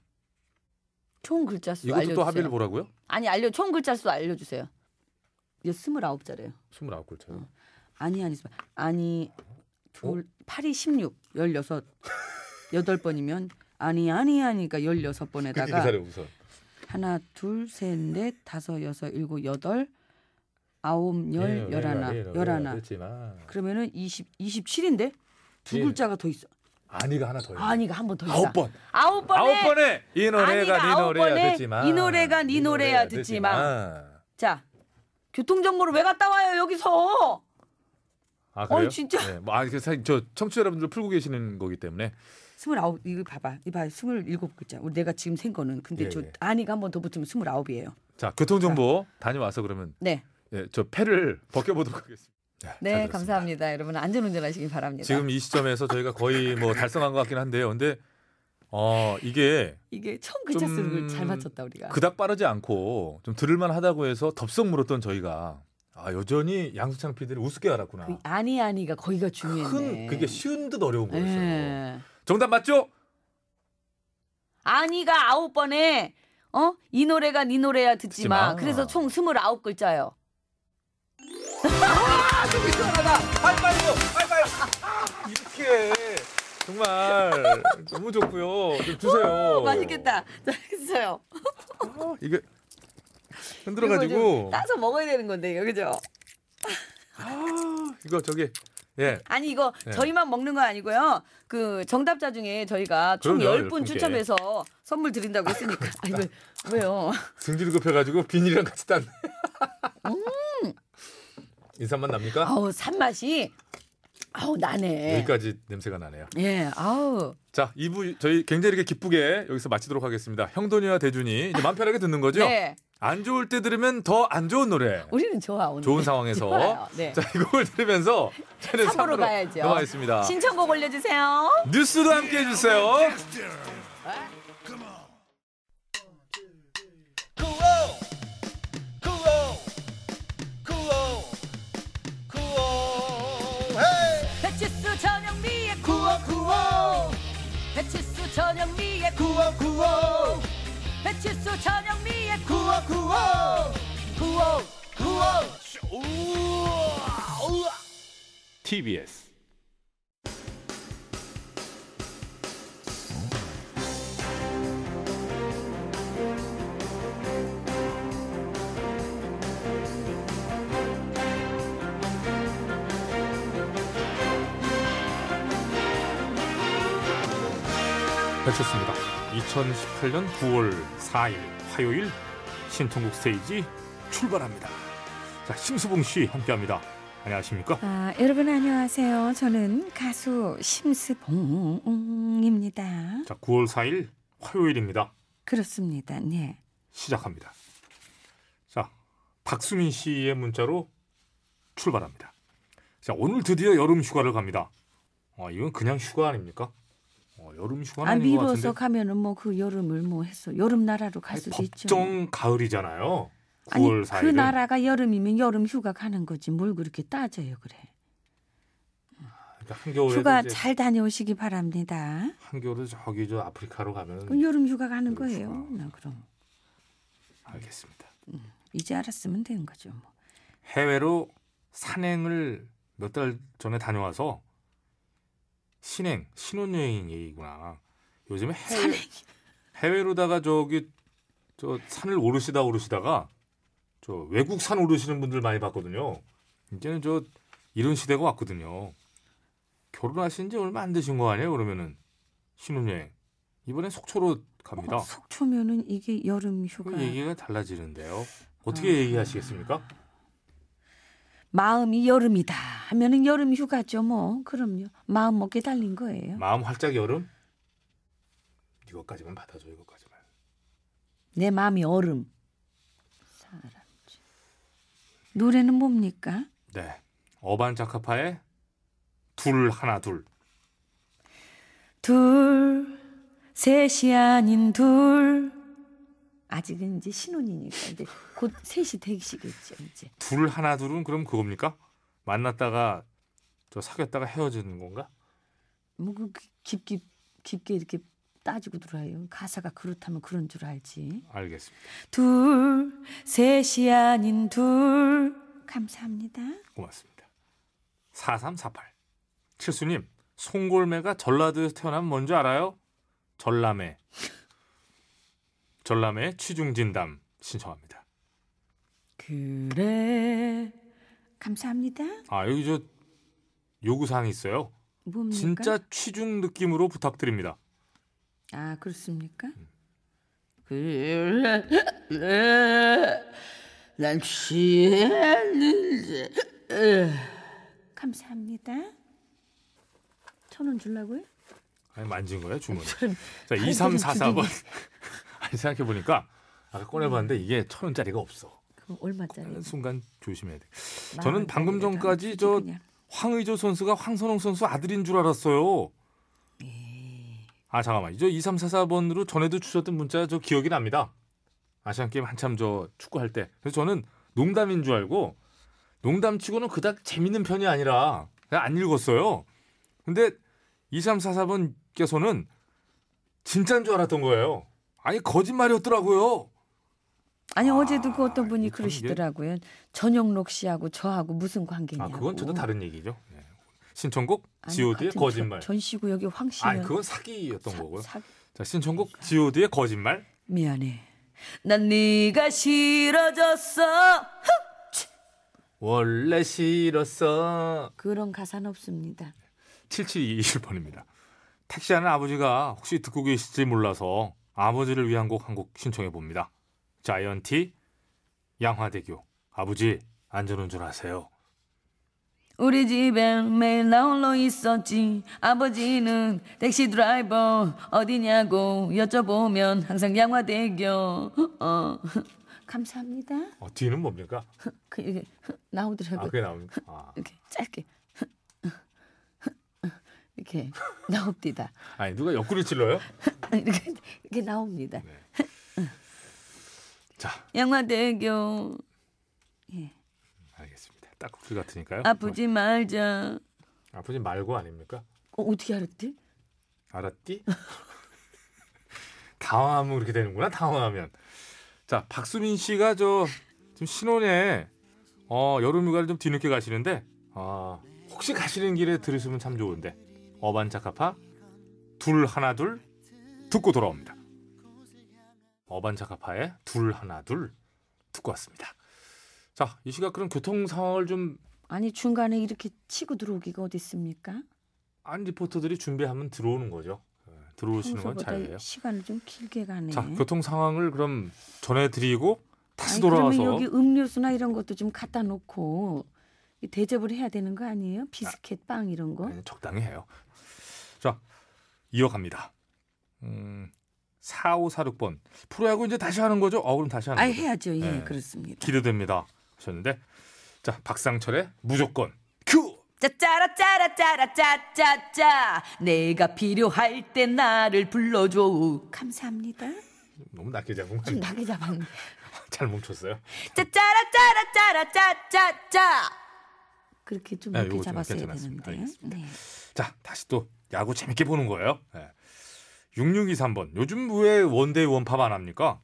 Speaker 4: 총 글자 수
Speaker 6: 이것도
Speaker 4: 알려주세요.
Speaker 6: 또 합의를 보라고요?
Speaker 4: 아니 알려 총 글자 수 알려주세요. 이거 스물아홉 자래요.
Speaker 6: 29글자. 요
Speaker 4: 아니 아니 스물- 아니
Speaker 6: 어?
Speaker 4: 둘 팔이 십육 열여섯 여덟 번이면 아니 아니 아니가 열여섯
Speaker 6: 그게
Speaker 4: 번에다가
Speaker 6: 기사를 우선.
Speaker 4: 하나 둘셋넷 다섯 여섯 일곱 여덟 아홉
Speaker 6: 네,
Speaker 4: 열 열하나 열하나
Speaker 6: 그렇지만
Speaker 4: 그러면은 이십 이십칠인데 두
Speaker 6: 예.
Speaker 4: 글자가 더 있어.
Speaker 6: 아니가 하나 더 있어.
Speaker 4: 아니가 한 번 더 있다.
Speaker 6: 네. 아홉 번.
Speaker 4: 아홉 번에
Speaker 6: 아홉 번에 이 노래가
Speaker 4: 아니가
Speaker 6: 네
Speaker 4: 아홉
Speaker 6: 노래야
Speaker 4: 번에
Speaker 6: 듣지만
Speaker 4: 이 노래가 네 노래야 자 교통 정보를 왜 갔다 와요 여기서?
Speaker 6: 아 그래요?
Speaker 4: 어이, 진짜.
Speaker 6: 네, 뭐, 아니 사실 저 청취자 여러분들 풀고 계시는 거기 때문에
Speaker 4: 스물아홉 이거 봐봐 이봐 스물일곱 글자 우리 내가 지금 센 거는 근데
Speaker 6: 예,
Speaker 4: 저
Speaker 6: 예.
Speaker 4: 아니가 한 번 더 붙으면 스물아홉이에요
Speaker 6: 자 교통 정보 다녀와서 그러면
Speaker 4: 네
Speaker 6: 예, 저 패를 벗겨보도록 하겠습니다. 네, 잘
Speaker 11: 네,
Speaker 6: 들었습니다.
Speaker 11: 감사합니다. 여러분 안전 운전하시기 바랍니다.
Speaker 6: 지금 이 시점에서 저희가 거의 뭐 달성한 것 같긴 한데요. 근데 어 이게
Speaker 4: 이게 처음 글자 쓰는 걸 잘
Speaker 6: 좀
Speaker 4: 맞췄다 우리가
Speaker 6: 그닥 빠르지 않고 좀 들을만하다고 해서 덥석 물었던 저희가 아 여전히 양수창 PD를 우습게 알았구나.
Speaker 4: 그 아니 아니가 거기가 중요했네
Speaker 6: 큰 그게 쉬운 듯 어려운 거였어요.
Speaker 4: 예.
Speaker 6: 정답 맞죠?
Speaker 4: 아니가 아홉 번에 어 이 노래가 네 노래야 듣지
Speaker 6: 듣지
Speaker 4: 마.
Speaker 6: 마. 어.
Speaker 4: 그래서 총 스물아홉 글자예요
Speaker 6: 아, 이렇게 정말 너무 좋고요. 좀 주세요.
Speaker 4: 어, 맛있겠다 잘했어요
Speaker 6: 어, 이게 흔들어가지고
Speaker 4: 따서 먹어야 되는 건데 이거 그죠
Speaker 6: 이거 저기 예
Speaker 4: 아니 이거
Speaker 6: 네.
Speaker 4: 저희만 먹는 거 아니고요. 그 정답자 중에 저희가 총
Speaker 6: 그럼요,
Speaker 4: 열
Speaker 6: 열분
Speaker 4: 분 추첨해서 선물 드린다고 했으니까. 아니 왜, 왜요?
Speaker 6: 승질이 급해가지고 비닐이랑 같이 땄네.
Speaker 4: 음.
Speaker 6: 인삼만 납니까?
Speaker 4: 아우 산맛이 아우 어, 나네.
Speaker 6: 여기까지 냄새가 나네요.
Speaker 4: 예. 아우.
Speaker 6: 자, 2부 저희 굉장히 이렇게 기쁘게 여기서 마치도록 하겠습니다. 형돈이와 대준이 이제 마음 편하게 듣는 거죠?
Speaker 4: 네.
Speaker 6: 안 좋을 때 들으면 더 안 좋은 노래.
Speaker 4: 우리는 좋아 오늘.
Speaker 6: 좋은 상황에서
Speaker 4: 좋아요. 네.
Speaker 6: 자, 이걸 들으면서 저는
Speaker 4: 삼부로
Speaker 6: 3부로
Speaker 4: 가야죠.
Speaker 6: 넘어가겠습니다.
Speaker 4: 신청곡 올려주세요.
Speaker 6: 뉴스도 함께 해주세요.
Speaker 4: 배치수 전영미의 구호 구호. 배치수 전영미의 구호 구호. 배치수 전영미의 구호 구호. 구호 구호.
Speaker 3: TBS
Speaker 6: 펼쳤습니다. 2018년 9월 4일 화요일 신통국 스테이지 출발합니다. 자, 심수봉 씨 함께합니다. 안녕하십니까?
Speaker 12: 아, 여러분 안녕하세요. 저는 가수 심스봉입니다.
Speaker 6: 자, 9월 4일 화요일입니다.
Speaker 12: 그렇습니다. 네.
Speaker 6: 시작합니다. 자, 박수민 씨의 문자로 출발합니다. 자, 오늘 드디어 여름 휴가를 갑니다. 어, 이건 그냥 휴가 아닙니까? 어, 여름 휴가는
Speaker 4: 아
Speaker 6: 아닌 것
Speaker 4: 미뤄서
Speaker 6: 같은데
Speaker 4: 가면은 뭐 그 여름을 뭐 했어. 여름 나라로 갈 수도 있죠.
Speaker 6: 법정 가을이잖아요.
Speaker 12: 아니
Speaker 6: 9월
Speaker 12: 그
Speaker 6: 4일은
Speaker 12: 나라가 여름이면 여름 휴가 가는 거지 뭘 그렇게 따져요 그래.
Speaker 6: 그러니까 한겨울에
Speaker 12: 휴가
Speaker 6: 이제
Speaker 12: 잘 다녀오시기 바랍니다.
Speaker 6: 한겨울에 저기 저 아프리카로 가면
Speaker 12: 그럼 여름 휴가 가는
Speaker 6: 여름
Speaker 12: 거예요.
Speaker 6: 휴가.
Speaker 12: 나 그럼
Speaker 6: 알겠습니다.
Speaker 12: 이제 알았으면 되는 거죠. 뭐.
Speaker 6: 해외로 산행을 몇 달 전에 다녀와서 신행 신혼여행 얘기구나. 요즘에 해외 해외로다가 저기 저 산을 오르시다 오르시다가 저 외국 산 오르시는 분들 많이 봤거든요. 이제는 저 이런 시대가 왔거든요. 결혼하신 지 얼마 안 되신 거 아니에요? 그러면은 신혼여행 이번에 속초로 갑니다.
Speaker 13: 속초면은 이게 여름 휴가.
Speaker 6: 그 얘기가 달라지는데요. 어떻게
Speaker 13: 네. 아.
Speaker 6: 얘기하시겠습니까?
Speaker 13: 마음이 여름이다 하면은 여름 휴가죠 뭐. 그럼요. 마음 먹게 달린 거예요.
Speaker 6: 마음 활짝 여름? 이것까지만 받아줘 이것까지만.
Speaker 14: 내 마음이 얼음.
Speaker 13: 노래는 뭡니까?
Speaker 6: 네. 어반 자카파의 둘 하나 둘.
Speaker 13: 둘 셋이 아닌 둘 아직은 이제 신혼이니까 이제 곧 셋이 되시겠죠 이제.
Speaker 6: 둘 하나 둘은 그럼 그겁니까? 만났다가 저 사귀었다가 헤어지는 건가?
Speaker 14: 뭐그 깊게 깊게 이렇게 따지고 들어요. 가사가 그렇다면 그런 줄 알지.
Speaker 6: 알겠습니다.
Speaker 13: 둘 셋이 아닌 둘 감사합니다.
Speaker 6: 고맙습니다. 4348. 칠수님, 송골매가 전라도에서 태어나면 뭔지 알아요? 전람회. 전람회 취중진담 신청합니다.
Speaker 13: 그래 감사합니다.
Speaker 6: 아, 여기 저 요구사항이 있어요.
Speaker 13: 뭡니까?
Speaker 6: 진짜 취중 느낌으로 부탁드립니다.
Speaker 13: 아 그렇습니까?
Speaker 6: 음.
Speaker 15: 그래, 그래. 난 취했는데.
Speaker 13: 감사합니다. 천 원 줄라고요?
Speaker 6: 아니, 만진 거예요, 주문.
Speaker 13: 저는
Speaker 6: 자,
Speaker 13: 사람들은
Speaker 6: 2344번.
Speaker 13: 주둥이.
Speaker 6: 아니, 생각해보니까 아까 꺼내봤는데 이게 천 원짜리가 없어.
Speaker 13: 그럼 얼마짜리?
Speaker 6: 순간 조심해야 돼.
Speaker 13: 만 그러니까
Speaker 6: 저는 방금 전까지 저 황의조 선수가 황선홍 선수 아들인 줄 알았어요.
Speaker 13: 예.
Speaker 6: 아 잠깐만 저 2344번으로 전에도 주셨던 문자 저 기억이 납니다. 아시안 게임 한참 저 축구할 때 그래서 저는 농담인 줄 알고 농담치고는 그닥 재밌는 편이 아니라 그냥 안 읽었어요. 근데 2344번께서는 진짜인 줄 알았던 거예요. 아니 거짓말이었더라고요. 아,
Speaker 14: 아니 어제도 그 어떤 분이
Speaker 6: 참 이게-
Speaker 14: 그러시더라고요. 전영록 씨하고 저하고 무슨 관계냐고.
Speaker 6: 아 그건 전혀 다른 얘기죠. 예. 신청곡
Speaker 14: 아니,
Speaker 6: G.O.D의 의
Speaker 14: 같은
Speaker 6: 거짓말.
Speaker 14: 전- 전시구역의 황씨.
Speaker 6: 아니 그건 사기였던 거고요. 자 신청곡
Speaker 14: 그러니까.
Speaker 6: G.O.D의 의 거짓말.
Speaker 14: 미안해.
Speaker 4: 난 네가 싫어졌어.
Speaker 6: 원래 싫었어.
Speaker 14: 그런 가사는 없습니다.
Speaker 6: 7721번입니다. 택시하는 아버지가 혹시 듣고 계실지 몰라서 아버지를 위한 곡 한 곡 신청해 봅니다. 자이언티 양화대교 아버지 안전운전 하세요.
Speaker 4: 우리 집엔 매일 나 홀로 있었지. 아버지는 택시 드라이버 어디냐고 여쭤보면 항상 양화대교. 어.
Speaker 13: 감사합니다.
Speaker 6: 어, 뒤는 뭡니까?
Speaker 13: 그 이게 나오더라고.
Speaker 6: 아 그게 나옵니까? 아.
Speaker 13: 이렇게 짧게 이렇게 나옵니다.
Speaker 6: 아니 누가 옆구리 찔러요?
Speaker 13: 이렇게, 이렇게 나옵니다.
Speaker 6: 네. 자, 어,
Speaker 4: 양화대교
Speaker 6: 알겠습니다. 딱구리 그 같으니까요.
Speaker 4: 아프지 말자.
Speaker 6: 아프지 말고 아닙니까?
Speaker 14: 어, 어떻게 알았대?
Speaker 6: 알았디? 당황하면 그렇게 되는구나. 당황하면. 자, 박수민 씨가 저 지금 신혼에 어, 여름휴가를 좀 뒤늦게 가시는데 아, 혹시 가시는 길에 들으시면 참 좋은데 어반자카파 둘 하나 둘 듣고 돌아옵니다. 어반자카파의 둘 하나 둘 듣고 왔습니다. 자, 이 시각 그럼 교통 상황을 좀
Speaker 14: 아니 중간에 이렇게 치고 들어오기가 어디 있습니까?
Speaker 6: 안 리포터들이 준비하면 들어오는 거죠. 예, 들어오시는 건
Speaker 14: 평소보다
Speaker 6: 자유예요.
Speaker 14: 시간을 좀 길게 가네.
Speaker 6: 자, 교통 상황을 그럼 전해드리고 다시
Speaker 14: 아니,
Speaker 6: 돌아와서
Speaker 14: 그러면 여기 음료수나 이런 것도 좀 갖다 놓고 이 대접을 해야 되는 거 아니에요? 비스켓, 빵 이런 거?
Speaker 6: 네, 적당히 해요. 자, 이어갑니다. 음, 4546번. 프로야구 이제 다시 하는 거죠? 어, 그럼 다시 하는
Speaker 14: 아
Speaker 6: 거죠?
Speaker 14: 해야죠. 예,
Speaker 6: 예.
Speaker 14: 그렇습니다.
Speaker 6: 기대됩니다. 하셨는데 자, 박상철의 무조건 큐!
Speaker 4: 짜짜라 짜라 짜라 짜짜짜 내가 필요할 때 나를 불러줘
Speaker 13: 감사합니다.
Speaker 6: 너무 낮게 잡은 거
Speaker 13: 좀
Speaker 6: 아니에요?
Speaker 13: 나게 잡았네.
Speaker 6: 잘 멈췄어요.
Speaker 4: 짜짜라 짜라 짜라 짜짜짜
Speaker 14: 그렇게 좀
Speaker 6: 네,
Speaker 14: 이렇게
Speaker 6: 요거 좀
Speaker 14: 잡았어야
Speaker 6: 괜찮았습니다.
Speaker 14: 되는데. 네.
Speaker 6: 자, 다시 또 야구 재밌게 보는 거예요. 예. 6623번. 요즘 왜 원데이 원팝 안 합니까?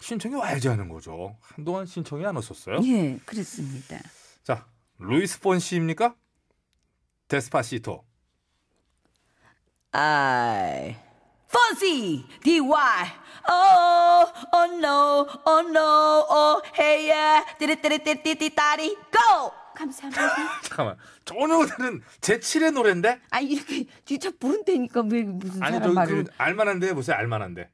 Speaker 6: 신청이 와야지 하는 거죠. 한동안 신청이 안 왔었어요.
Speaker 14: 예, 그렇습니다.
Speaker 6: 자, 루이스 폰시입니까? 데스파시토.
Speaker 4: I Fonzie DY Oh oh no oh no oh hey yeah 띠리띠리띠띠띠 다리 go
Speaker 13: 감사합니다.
Speaker 6: 잠깐만 전혀 다른 제 7의 노래인데
Speaker 13: 아 이렇게 뒤차 부른다니까 왜 무슨
Speaker 6: 아니
Speaker 13: 사람
Speaker 6: 저기
Speaker 13: 말을
Speaker 6: 그 알만한데 보세요 알만한데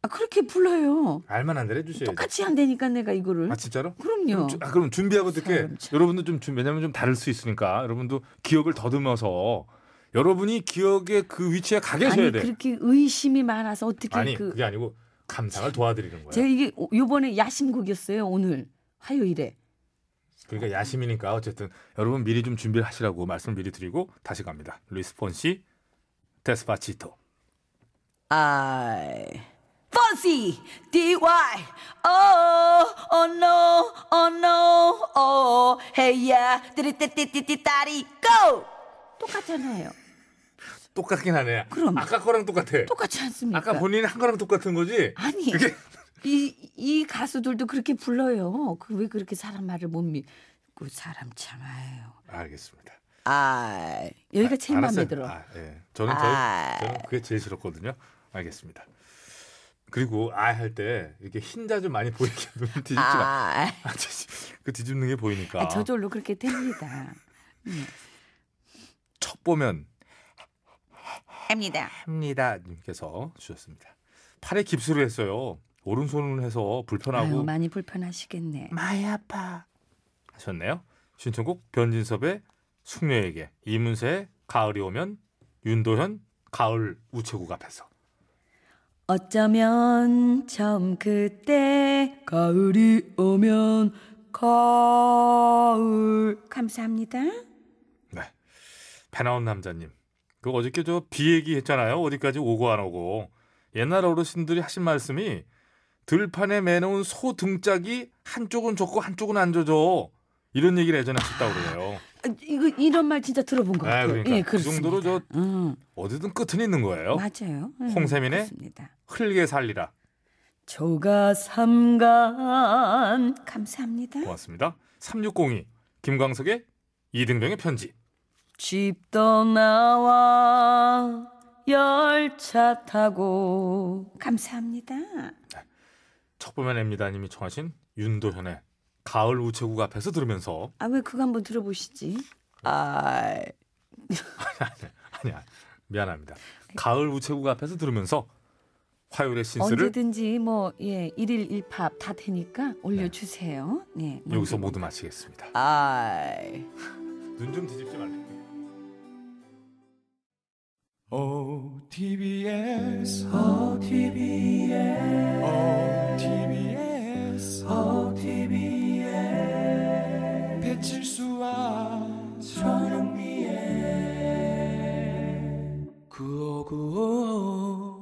Speaker 13: 아, 그렇게 불러요.
Speaker 6: 알만한데 해주셔야죠.
Speaker 13: 똑같이 안 되니까 내가 이거를
Speaker 6: 예, 아 진짜로?
Speaker 13: 그럼요.
Speaker 6: 그럼, 주- 아, 그럼 준비하고 듣게 여러분도 좀 준- 왜냐면 좀 다를 수 있으니까 여러분도 기억을 더듬어서 여러분이 기억의 그 위치에 가 계셔야
Speaker 13: 아니
Speaker 6: 돼.
Speaker 13: 그렇게 의심이 많아서 어떻게
Speaker 6: 아니
Speaker 13: 그
Speaker 6: 그... 게 아니고 감상을 도와드리는 거야.
Speaker 13: 제가 이게 오- 요번에 야심곡이었어요 오늘 화요일에
Speaker 6: 그러니까 야심이니까 어쨌든 여러분 미리 좀 준비를 하시라고 말씀 미리 드리고 다시 갑니다. 루이스 폰시 데스파치토.
Speaker 4: I fancy DY oh oh no oh no oh hey yeah 띠리띠띠띠띠 다리 go
Speaker 13: 똑같잖아요.
Speaker 6: 똑같긴 하네. 그럼 아까 거랑 똑같아.
Speaker 13: 똑같지 않습니까?
Speaker 6: 아까 본인이 한 거랑 똑같은 거지.
Speaker 13: 아니 이, 이 가수들도 그렇게 불러요. 그 왜 그렇게 사람 말을 못 믿고 그 사람 참 아유.
Speaker 6: 알겠습니다.
Speaker 4: I
Speaker 13: 여기가 제일 마음에
Speaker 6: 알았어요.
Speaker 13: 들어.
Speaker 6: 아, 예. 저는 제일,
Speaker 4: 아.
Speaker 6: 저는 그게 제일 싫었거든요. 알겠습니다. 그리고 아 할 때 이렇게 흰자 좀 많이 보이게 눈 뒤집지 마.
Speaker 13: 아.
Speaker 6: 아, 진짜. 그 뒤집는 게 보이니까.
Speaker 13: 아, 저절로 그렇게 됩니다.
Speaker 6: 첫 보면
Speaker 13: 합니다.
Speaker 6: 합니다 님께서 주셨습니다. 팔에 깁스를 했어요. 오른손을 해서 불편하고
Speaker 13: 아유 많이 불편하시겠네.
Speaker 6: 많이 아파. 하셨네요. 신청곡 변진섭의 숙녀에게 이문세의 가을이 오면 윤도현 가을 우체국 앞에서
Speaker 13: 어쩌면 처음 그때
Speaker 14: 가을이 오면
Speaker 13: 가을 감사합니다. 아,
Speaker 6: 네. 배 나온 남자님. 그 어저께 저 비 얘기 했잖아요. 어디까지 오고 안 오고. 옛날 어르신들이 하신 말씀이 들판에 매놓은 소 등짝이 한쪽은 좋고 한쪽은 안 좋죠. 이런 얘기를 예전에 하셨다고 그래요.
Speaker 13: 아, 이거 이런 말 진짜 들어본 것
Speaker 6: 아,
Speaker 13: 같아요.
Speaker 6: 그러니까
Speaker 13: 예,
Speaker 6: 그
Speaker 13: 그렇습니다. 음,
Speaker 6: 정도로 저 어디든 끝은 있는 거예요.
Speaker 13: 맞아요. 예,
Speaker 6: 홍세민의
Speaker 13: 그렇습니다.
Speaker 6: 흘게 살리라.
Speaker 14: 조가 삼간
Speaker 13: 감사합니다.
Speaker 6: 고맙습니다. 3602 김광석의 이등병의 편지.
Speaker 14: 집 떠나와 열차 타고
Speaker 13: 감사합니다.
Speaker 6: 첫 보면 앱니다님이 청하신 윤도현의 가을 우체국 앞에서 들으면서
Speaker 13: 아 왜 그거 한번 들어보시지?
Speaker 4: 아
Speaker 6: 아니야 미안합니다. 가을 우체국 앞에서 들으면서 화요일의 신스를
Speaker 13: 언제든지 뭐 예, 일일 일팝 다 되니까 올려주세요. 네.
Speaker 6: 여기서 뭐? 모두 마치겠습니다.
Speaker 4: I
Speaker 6: 눈 좀 뒤집지 말래.
Speaker 16: OTBS, OTBS, 어, OTBS, OTBS. 배칠수와 전영미의 구호구호.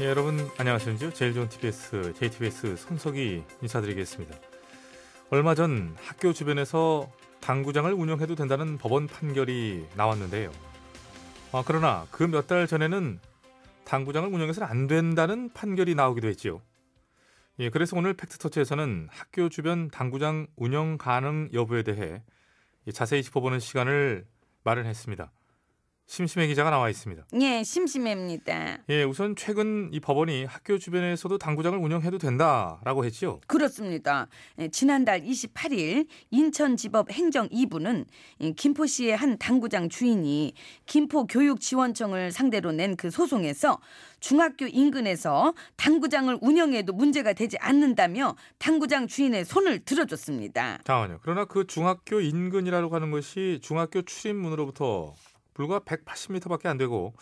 Speaker 6: 예, 여러분 안녕하십니까? 제일 좋은 TBS, JTBS 손석희 인사드리겠습니다. 얼마 전 학교 주변에서 당구장을 운영해도 된다는 법원 판결이 나왔는데요. 아, 그러나 그 몇 달 전에는 당구장을 운영해서는 안 된다는 판결이 나오기도 했지요. 예, 그래서 오늘 팩트터치에서는 학교 주변 당구장 운영 가능 여부에 대해 이 자세히 짚어보는 시간을 마련했습니다. 심심해 기자가 나와 있습니다.
Speaker 13: 예, 심심합니다.
Speaker 6: 예, 우선 최근 이 법원이 학교 주변에서도 당구장을 운영해도 된다라고 했지요.
Speaker 4: 그렇습니다. 예, 지난달 28일 인천지법 행정 2부는 예, 김포시의 한 당구장 주인이 김포교육지원청을 상대로 낸 그 소송에서 중학교 인근에서 당구장을 운영해도 문제가 되지 않는다며 당구장 주인의 손을 들어줬습니다.
Speaker 6: 잠깐만요. 그러나 그 중학교 인근이라고 하는 것이 중학교 출입문으로부터 불과 180m밖에 안 되고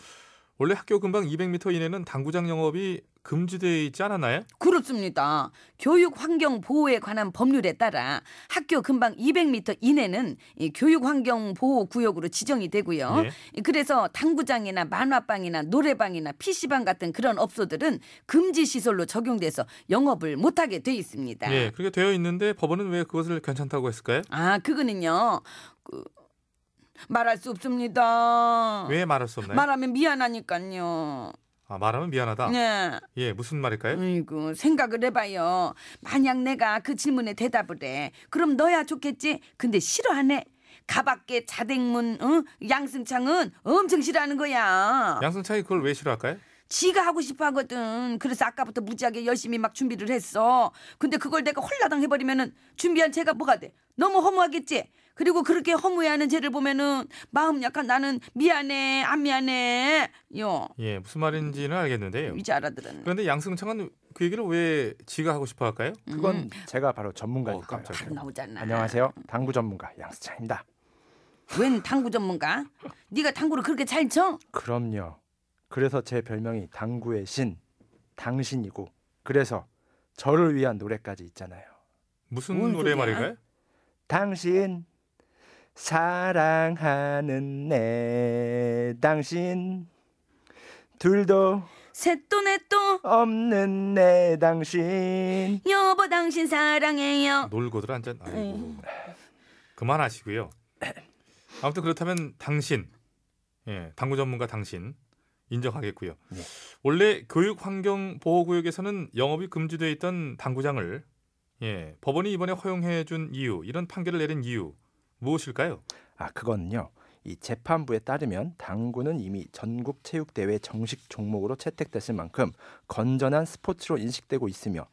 Speaker 6: 원래 학교 근방 200m 이내는 당구장 영업이 금지되어 있지 않았나요?
Speaker 4: 그렇습니다. 교육 환경 보호에 관한 법률에 따라 학교 근방 200m 이내는 이 교육 환경 보호 구역으로 지정이 되고요.
Speaker 13: 예.
Speaker 4: 이 그래서 당구장이나 만화방이나 노래방이나 PC방 같은 그런 업소들은 금지 시설로 적용돼서 영업을 못 하게 돼 있습니다.
Speaker 6: 예, 그렇게 되어 있는데 법원은 왜 그것을 괜찮다고 했을까요?
Speaker 4: 아, 그거는요. 그 말할 수 없습니다.
Speaker 6: 왜 말할 수
Speaker 4: 어.
Speaker 6: 없나요?
Speaker 4: 말하면 미안하니까요.
Speaker 6: 아, 말하면 미안하다.
Speaker 4: 네. 음.
Speaker 6: 예, 무슨 말일까요?
Speaker 4: 아이고 생각을 해봐요. 만약 내가 그 질문에 대답을 해, 그럼 너야 좋겠지. 근데 싫어하네. 가밖에 자댕문 응? 양승창은 엄청 싫어하는 거야.
Speaker 6: 양승창이 그걸 왜 싫어할까요?
Speaker 4: 지가 하고 싶어 하거든. 그래서 아까부터 무지하게 열심히 막 준비를 했어. 근데 그걸 내가 홀라당 해버리면은 준비한 제가 뭐가 돼? 너무 허무하겠지? 그리고 그렇게 허무해하는 쟤를 보면은 마음 약간 나는 미안해, 안 미안해. 요.
Speaker 6: 예, 무슨 말인지는
Speaker 7: 예.
Speaker 6: 알겠는데요.
Speaker 4: 이제 알아들었네.
Speaker 6: 그런데 양승창은 그 얘기를 왜 지가 하고 싶어 할까요?
Speaker 7: 그건 어, 제가 바로 전문가니까요.
Speaker 4: 바로 음. 나오잖아.
Speaker 7: 안녕하세요. 당구 전문가 양승창입니다.
Speaker 4: 웬 당구 전문가? 네가 당구를 그렇게 잘 쳐?
Speaker 7: 그럼요. 그래서 제 별명이 당구의 신, 당신이고 그래서 저를 위한 노래까지 있잖아요.
Speaker 6: 무슨 뭔 노래 소리야? 말인가요?
Speaker 7: 당신 사랑하는 내 당신 둘도
Speaker 4: 셋도 넷도
Speaker 7: 없는 내 당신
Speaker 4: 여보 당신 사랑해요.
Speaker 6: 놀고들 앉아. 아이고. 그만하시고요. 아무튼 그렇다면 당신, 예, 당구 전문가 당신 인정하겠고요. 원래 교육 환경 보호 구역에서는 영업이 금지돼 있던 당구장을 예, 법원이 이번에 허용해 준 이유, 이런 판결을 내린 이유 무엇일까요?
Speaker 7: 아 그거는요. 이 재판부에 따르면 당구는 이미 전국 체육 대회 정식 종목으로 채택됐을 만큼 건전한 스포츠로 인식되고 있으며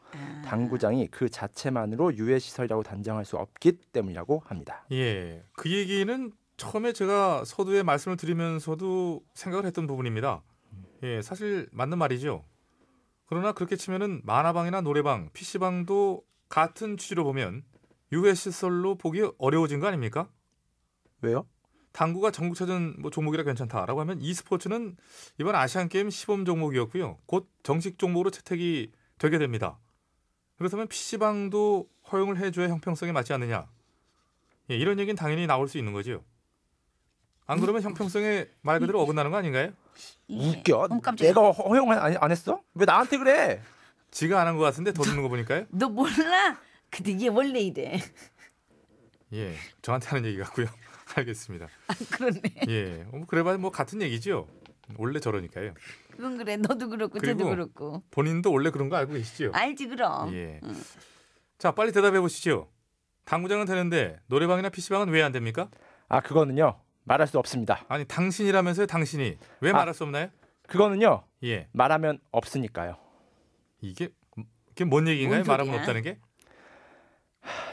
Speaker 7: 당구장이 그 자체만으로 유해 시설이라고 단정할 수 없기 때문이라고 합니다.
Speaker 6: 예, 그 얘기는 처음에 제가 서두에 말씀을 드리면서도 생각을 했던 부분입니다. 예, 사실 맞는 말이죠. 그러나 그렇게 치면은 만화방이나 노래방, PC방도 같은 취지로 보면 유해 시설로 보기 어려워진 거 아닙니까?
Speaker 7: 왜요?
Speaker 6: 당구가 전국체전 뭐 종목이라 괜찮다라고 하면 e스포츠는 이번 아시안 게임 시범 종목이었고요. 곧 정식 종목으로 채택이 되게 됩니다. 그렇다면 PC방도 허용을 해줘야 형평성에 맞지 않느냐? 예, 이런 얘기는 당연히 나올 수 있는 거지요. 안 그러면 형평성에 말 그대로 어긋나는 거 아닌가요?
Speaker 7: 웃겨. 내가 허용 안, 안 했어? 왜 나한테 그래?
Speaker 6: 지가 안 한 것 같은데 더 듣는 거 보니까요.
Speaker 4: 너 몰라? 근데 이게 원래 이래.
Speaker 6: 예, 저한테 하는 얘기 같고요. 알겠습니다.
Speaker 4: 아, 그러네.
Speaker 6: 예, 뭐 그래봐야 뭐 같은 얘기죠. 원래 저러니까요.
Speaker 4: 그건 그래. 너도 그렇고 쟤도
Speaker 6: 그리고
Speaker 4: 그렇고.
Speaker 6: 본인도 원래 그런 거 알고 계시죠?
Speaker 7: 아,
Speaker 4: 알지
Speaker 7: 어.
Speaker 4: 그럼.
Speaker 6: 예.
Speaker 7: 음.
Speaker 4: 응.
Speaker 6: 자, 빨리 대답해 보시죠. 당구장은 되는데 노래방이나 PC방은 왜 안 됩니까?
Speaker 7: 아 그거는요 말할 수 없습니다.
Speaker 6: 아니 당신이라면서요 당신이 왜
Speaker 7: 아.
Speaker 6: 말할 수 없나요?
Speaker 7: 그거는요
Speaker 6: 예.
Speaker 7: 말하면 없으니까요.
Speaker 6: 이게 이게 뭔 얘기인가요?
Speaker 7: 뭔 소리야?
Speaker 6: 말하면 없다는 게?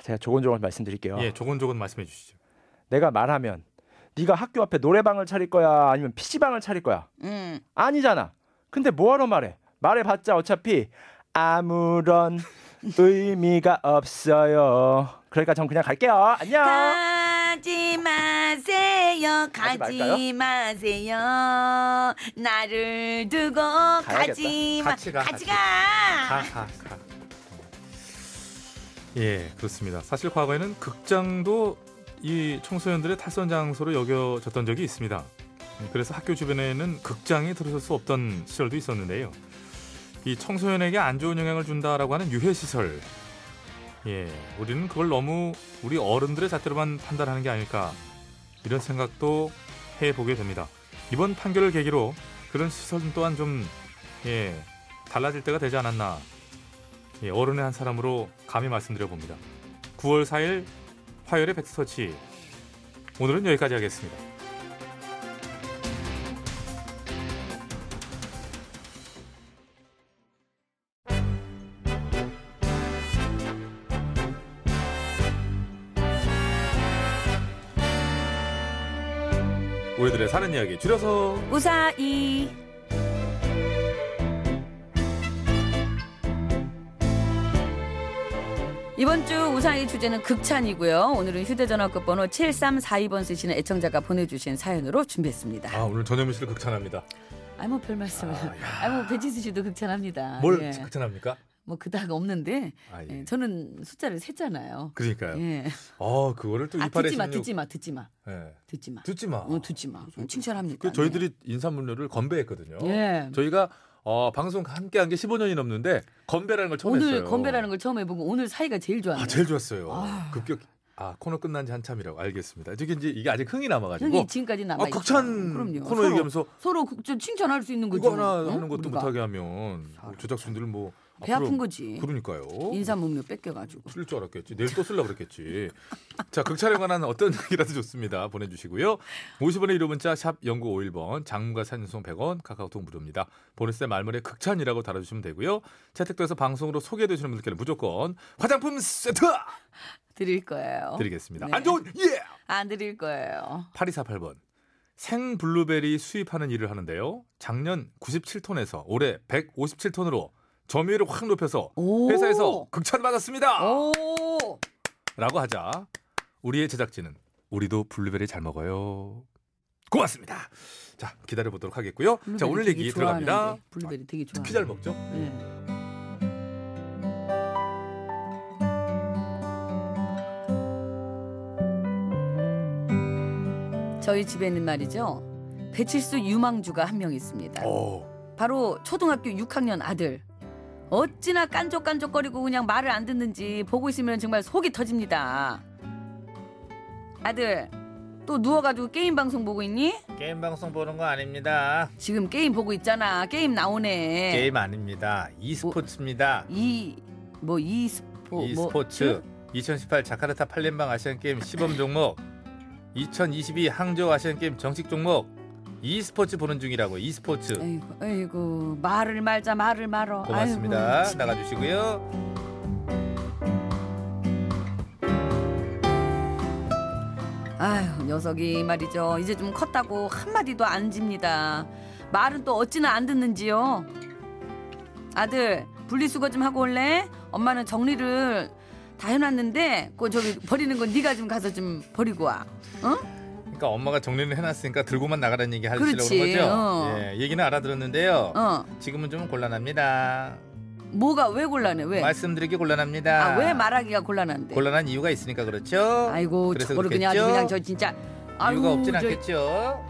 Speaker 7: 제가 조곤조곤 말씀드릴게요.
Speaker 6: 예, 조곤조곤 말씀해 주시죠.
Speaker 7: 내가 말하면 네가 학교 앞에 노래방을 차릴 거야 아니면 PC방을 차릴 거야
Speaker 4: 응.
Speaker 7: 아니잖아. 근데 뭐하러 말해? 말해봤자 어차피 아무런 의미가 없어요. 그러니까 전 그냥 갈게요. 안녕.
Speaker 4: 가지 마세요.
Speaker 7: 가지
Speaker 4: 가지
Speaker 7: 말까요?
Speaker 4: 마세요. 나를 두고 가지 마.
Speaker 6: 같이 가,
Speaker 4: 같이
Speaker 6: 같이.
Speaker 4: 가.
Speaker 17: 아.
Speaker 6: 가, 가, 가. 어. 예, 그렇습니다. 사실 과거에는 극장도 이 청소년들의 탈선 장소로 여겨졌던 적이 있습니다. 음, 그래서 학교 주변에는 극장이 들어설 수 없던 시절도 있었는데요. 이 청소년에게 안 좋은 영향을 준다라고 하는 유해 시설. 예, 우리는 그걸 너무 우리 어른들의 잣대로만 판단하는 게 아닐까 이런 생각도 해보게 됩니다. 이번 판결을 계기로 그런 시선 또한 좀 예, 달라질 때가 되지 않았나 예, 어른의 한 사람으로 감히 말씀드려 봅니다. 9월 4일 화요일의 백스터치 오늘은 여기까지 하겠습니다. 우리들의 사는 이야기 줄여서
Speaker 4: 우사이. 이번 주 우상의 주제는 극찬이고요. 오늘은 휴대전화 끝번호 7342번 쓰시는 애청자가 보내주신 사연으로 준비했습니다.
Speaker 6: 아 오늘 전현무 씨를 극찬합니다.
Speaker 17: 아니 뭐별 말씀을. 아니 뭐 배지수 씨도 극찬합니다.
Speaker 6: 뭘
Speaker 17: 예.
Speaker 6: 극찬합니까?
Speaker 17: 뭐 그닥 없는데
Speaker 6: 아, 예.
Speaker 17: 예, 저는 숫자를 셌잖아요.
Speaker 6: 그러니까요.
Speaker 17: 예.
Speaker 6: 어 그거를 또
Speaker 17: 아
Speaker 6: 이팔에
Speaker 17: 듣지 마, 듣지 마, 듣지 마,
Speaker 6: 예.
Speaker 17: 듣지 마.
Speaker 6: 듣지 마.
Speaker 17: 어, 듣지 마. 어, 칭찬합니다.
Speaker 4: 네.
Speaker 6: 그 저희들이 인사문료를 건배했거든요.
Speaker 17: 예.
Speaker 6: 저희가 어, 방송 함께 한 게 15년이 넘는데 건배라는 걸 처음
Speaker 17: 오늘
Speaker 6: 했어요.
Speaker 17: 건배라는 걸 처음 해보고 오늘 사이가 제일 좋았네요.
Speaker 6: 아, 제일 좋았어요.
Speaker 17: 아.
Speaker 6: 급격
Speaker 18: 아 코너 끝난 지 한참이라고 알겠습니다. 이게 이제 이게 아직 흥이 남아가지고
Speaker 4: 흥이 지금까지 남아
Speaker 18: 아,
Speaker 4: 있죠.
Speaker 18: 극찬
Speaker 4: 그럼요.
Speaker 18: 코너
Speaker 4: 서로,
Speaker 18: 얘기하면서
Speaker 4: 서로 극- 좀 어? 칭찬할 수 있는 거죠.
Speaker 18: 이거 하나
Speaker 4: 응?
Speaker 18: 하는 것도
Speaker 4: 우리가
Speaker 18: 못하게 하면 제작진들 뭐
Speaker 4: 배
Speaker 18: 앞으로-
Speaker 4: 아픈 거지.
Speaker 18: 그러니까요.
Speaker 4: 인사 문명 뺏겨가지고.
Speaker 18: 쓸 줄 알았겠지. 내일 또 쓸라 그랬겠지. 자, 극찬에 관한 어떤 얘기라도 좋습니다. 보내주시고요. 50원의 유료 문자 샵 0951번 장문과 산송 100원 카카오톡 무료입니다. 보냈을 때 말머리에 극찬이라고 달아주시면 되고요. 채택돼서 방송으로 소개되시는 분들께는 무조건 화장품 세트
Speaker 4: 드릴 거예요.
Speaker 18: 드리겠습니다.
Speaker 4: 네.
Speaker 18: 안 좋은 예!
Speaker 4: 안 드릴 거예요.
Speaker 18: 8248번. 생 블루베리 수입하는 일을 하는데요. 작년 97톤에서 올해 157톤으로 점유율을 확 높여서 회사에서 극찬 받았습니다. 라고 하자 우리의 제작진은 우리도 블루베리 잘 먹어요. 고맙습니다. 자 기다려 보도록 하겠고요. 자
Speaker 4: 블루베리
Speaker 18: 오늘
Speaker 4: 되게
Speaker 18: 얘기 들어갑니다.
Speaker 4: 좋아하는데. 네. 블루베리 되게 좋아.
Speaker 18: 특히 잘 먹죠?
Speaker 4: 저희 집에는 말이죠. 배칠수 유망주가 한 명 있습니다.
Speaker 18: 오.
Speaker 4: 바로 초등학교 6학년 아들. 어찌나 깐족깐족거리고 그냥 말을 안 듣는지 보고 있으면 정말 속이 터집니다. 아들, 또 누워가지고 게임 방송 보고 있니?
Speaker 6: 게임 방송 보는 거 아닙니다.
Speaker 4: 지금 게임 보고 있잖아. 게임 나오네.
Speaker 6: 게임 아닙니다. e스포츠입니다.
Speaker 4: 이뭐 e스포
Speaker 6: e스포츠 2018 자카르타 팔렘방 아시안 게임 시범 종목 2022 항저우 아시안 게임 정식 종목 e스포츠 보는 중이라고 e스포츠
Speaker 4: 네. 아이고 말을 말자 말을 말어.
Speaker 6: 고맙습니다.
Speaker 4: 아이고,
Speaker 6: 나가주시고요.
Speaker 4: 아휴 녀석이 말이죠 이제 좀 컸다고 한마디도 안 집니다 말은 또 어찌나 안 듣는지요 아들 분리수거 좀 하고 올래 엄마는 정리를 다 해놨는데 그 저기 버리는 건 네가 좀 가서 좀 버리고 와 응?
Speaker 6: 그러니까 엄마가 정리를 해놨으니까 들고만 나가라는 얘기 하시려고
Speaker 4: 그렇지,
Speaker 6: 그런 거죠.
Speaker 4: 어.
Speaker 6: 예, 얘기는 알아들었는데요.
Speaker 4: 어.
Speaker 6: 지금은 좀 곤란합니다.
Speaker 4: 뭐가 왜 곤란해 왜?
Speaker 6: 말씀드리기 곤란합니다.
Speaker 4: 네. 아 왜 말하기가 곤란한데
Speaker 6: 곤란한 이유가 있으니까 그렇죠.
Speaker 4: 아이고
Speaker 6: 그래서
Speaker 4: 저거를 그냥 아주
Speaker 6: 그렇겠죠?
Speaker 4: 그냥 저 진짜 아유,
Speaker 6: 이유가 없진
Speaker 4: 저-
Speaker 6: 않겠죠.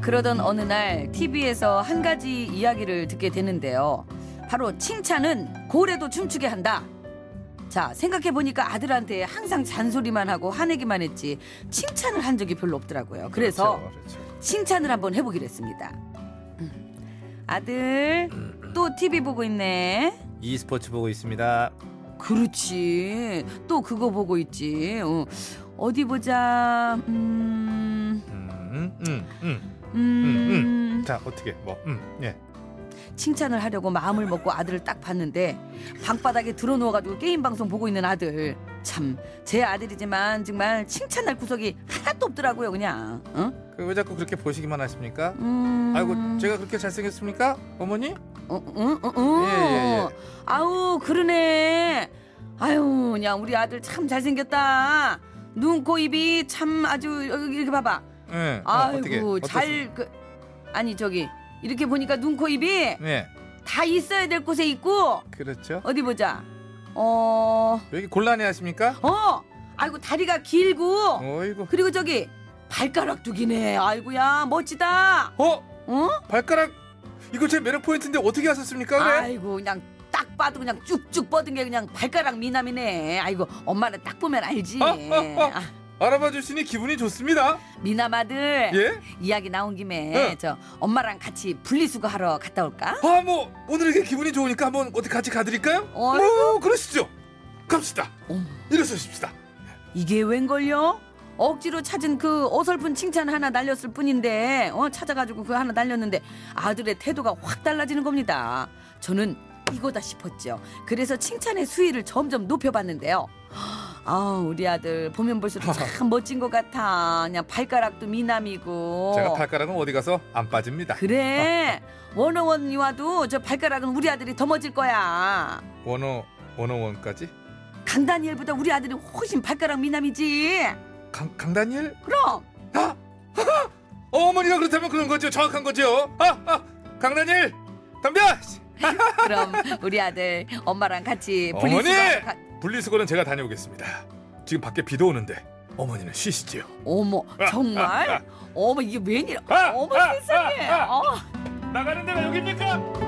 Speaker 4: 그러던 어느 날 TV에서 한 가지 이야기를 듣게 되는데요. 바로 칭찬은 고래도 춤추게 한다. 자, 생각해 보니까 아들한테 항상 잔소리만 하고 화내기만 했지 칭찬을 한 적이 별로 없더라고요. 그래서
Speaker 6: 그렇죠,
Speaker 4: 칭찬을 한번 해보기로 했습니다. 음. 아들, 또 TV 보고 있네.
Speaker 6: e스포츠 보고 있습니다.
Speaker 4: 그렇지. 또 그거 보고 있지. 어. 어디 보자. 음,
Speaker 6: 음, 음, 음,
Speaker 4: 음, 음.
Speaker 6: 자 어떻게 뭐, 음, 예.
Speaker 4: 칭찬을 하려고 마음을 먹고 아들을 딱 봤는데 방바닥에 드러누워가지고 게임 방송 보고 있는 아들 참 제 아들이지만 정말 칭찬할 구석이 하나도 없더라고요 그냥 응?
Speaker 6: 그왜 자꾸 그렇게 보시기만 하십니까?
Speaker 4: 음.
Speaker 6: 아이고 제가 그렇게 잘생겼습니까, 어머니?
Speaker 4: 어, 응, 응, 응.
Speaker 6: 예, 예,
Speaker 4: 아우 그러네 아유 그냥 우리 아들 참 잘생겼다 눈 코 입이 참 아주 여기 이렇게 봐봐
Speaker 6: 예. 예. 어, 어떻게,
Speaker 4: 아이고
Speaker 6: 어떻습니까?
Speaker 4: 잘 그, 아니 저기 이렇게 보니까 눈 코 입이
Speaker 6: 예.
Speaker 4: 다 있어야 될 곳에 있고
Speaker 6: 그렇죠.
Speaker 4: 어디 보자. 어.
Speaker 6: 여기 곤란해하십니까?
Speaker 4: 어. 아이고 다리가 길고.
Speaker 6: 어이고.
Speaker 4: 그리고 저기 발가락 두기네. 아이고야 멋지다.
Speaker 6: 어?
Speaker 4: 어?
Speaker 6: 발가락 이거 제 매력 포인트인데 어떻게 하셨습니까? 네? 그래?
Speaker 4: 아이고 그냥 딱 봐도 그냥 쭉쭉 뻗은 게 그냥 발가락 미남이네. 아이고 엄마는 딱 보면
Speaker 6: 어,
Speaker 4: 알지.
Speaker 6: 알아봐 주시니 기분이 좋습니다.
Speaker 4: 미남 아들.
Speaker 6: 예?
Speaker 4: 이야기 나온 김에
Speaker 6: 네.
Speaker 4: 저 엄마랑 같이 분리수거 하러 갔다 올까?
Speaker 6: 아 뭐 오늘 이렇게 기분이 좋으니까 한번 어디 같이 가드릴까요?
Speaker 4: 어,
Speaker 6: 그러시죠. 갑시다. 일어서십시다.
Speaker 4: 이게 웬걸요? 억지로 찾은 그 어설픈 칭찬 하나 날렸을 뿐인데 어 찾아가지고 그 하나 날렸는데 아들의 태도가 확 달라지는 겁니다. 저는 이거다 싶었죠. 그래서 칭찬의 수위를 점점 높여봤는데요. 아 우리 아들 보면 볼수록 참 멋진 것 같아. 그냥 발가락도 미남이고.
Speaker 6: 제가 발가락은 어디 가서 안 빠집니다.
Speaker 4: 그래 원어원이 와도 저 발가락은 우리 아들이 더 멋질 거야.
Speaker 6: 원어 원어원까지?
Speaker 4: 강다니엘보다 우리 아들이 훨씬 발가락 미남이지.
Speaker 6: 강 강다니엘?
Speaker 4: 그럼.
Speaker 6: 어머니가 그렇다면 그런 거죠. 정확한 거죠. 아, 아 강다니엘 담배.
Speaker 4: 그럼 우리 아들 엄마랑 같이 예, 분리수거.
Speaker 6: 어머니
Speaker 4: 가-
Speaker 6: 분리수거는 제가 다녀오겠습니다. 지금 밖에 비도 오는데 어머니는 쉬시지요.
Speaker 4: 어머
Speaker 6: 아,
Speaker 4: 정말? 어머 이게
Speaker 6: 아,
Speaker 4: 웬일? 어머 세상에. 어.
Speaker 6: 나가는 데가 여기입니까?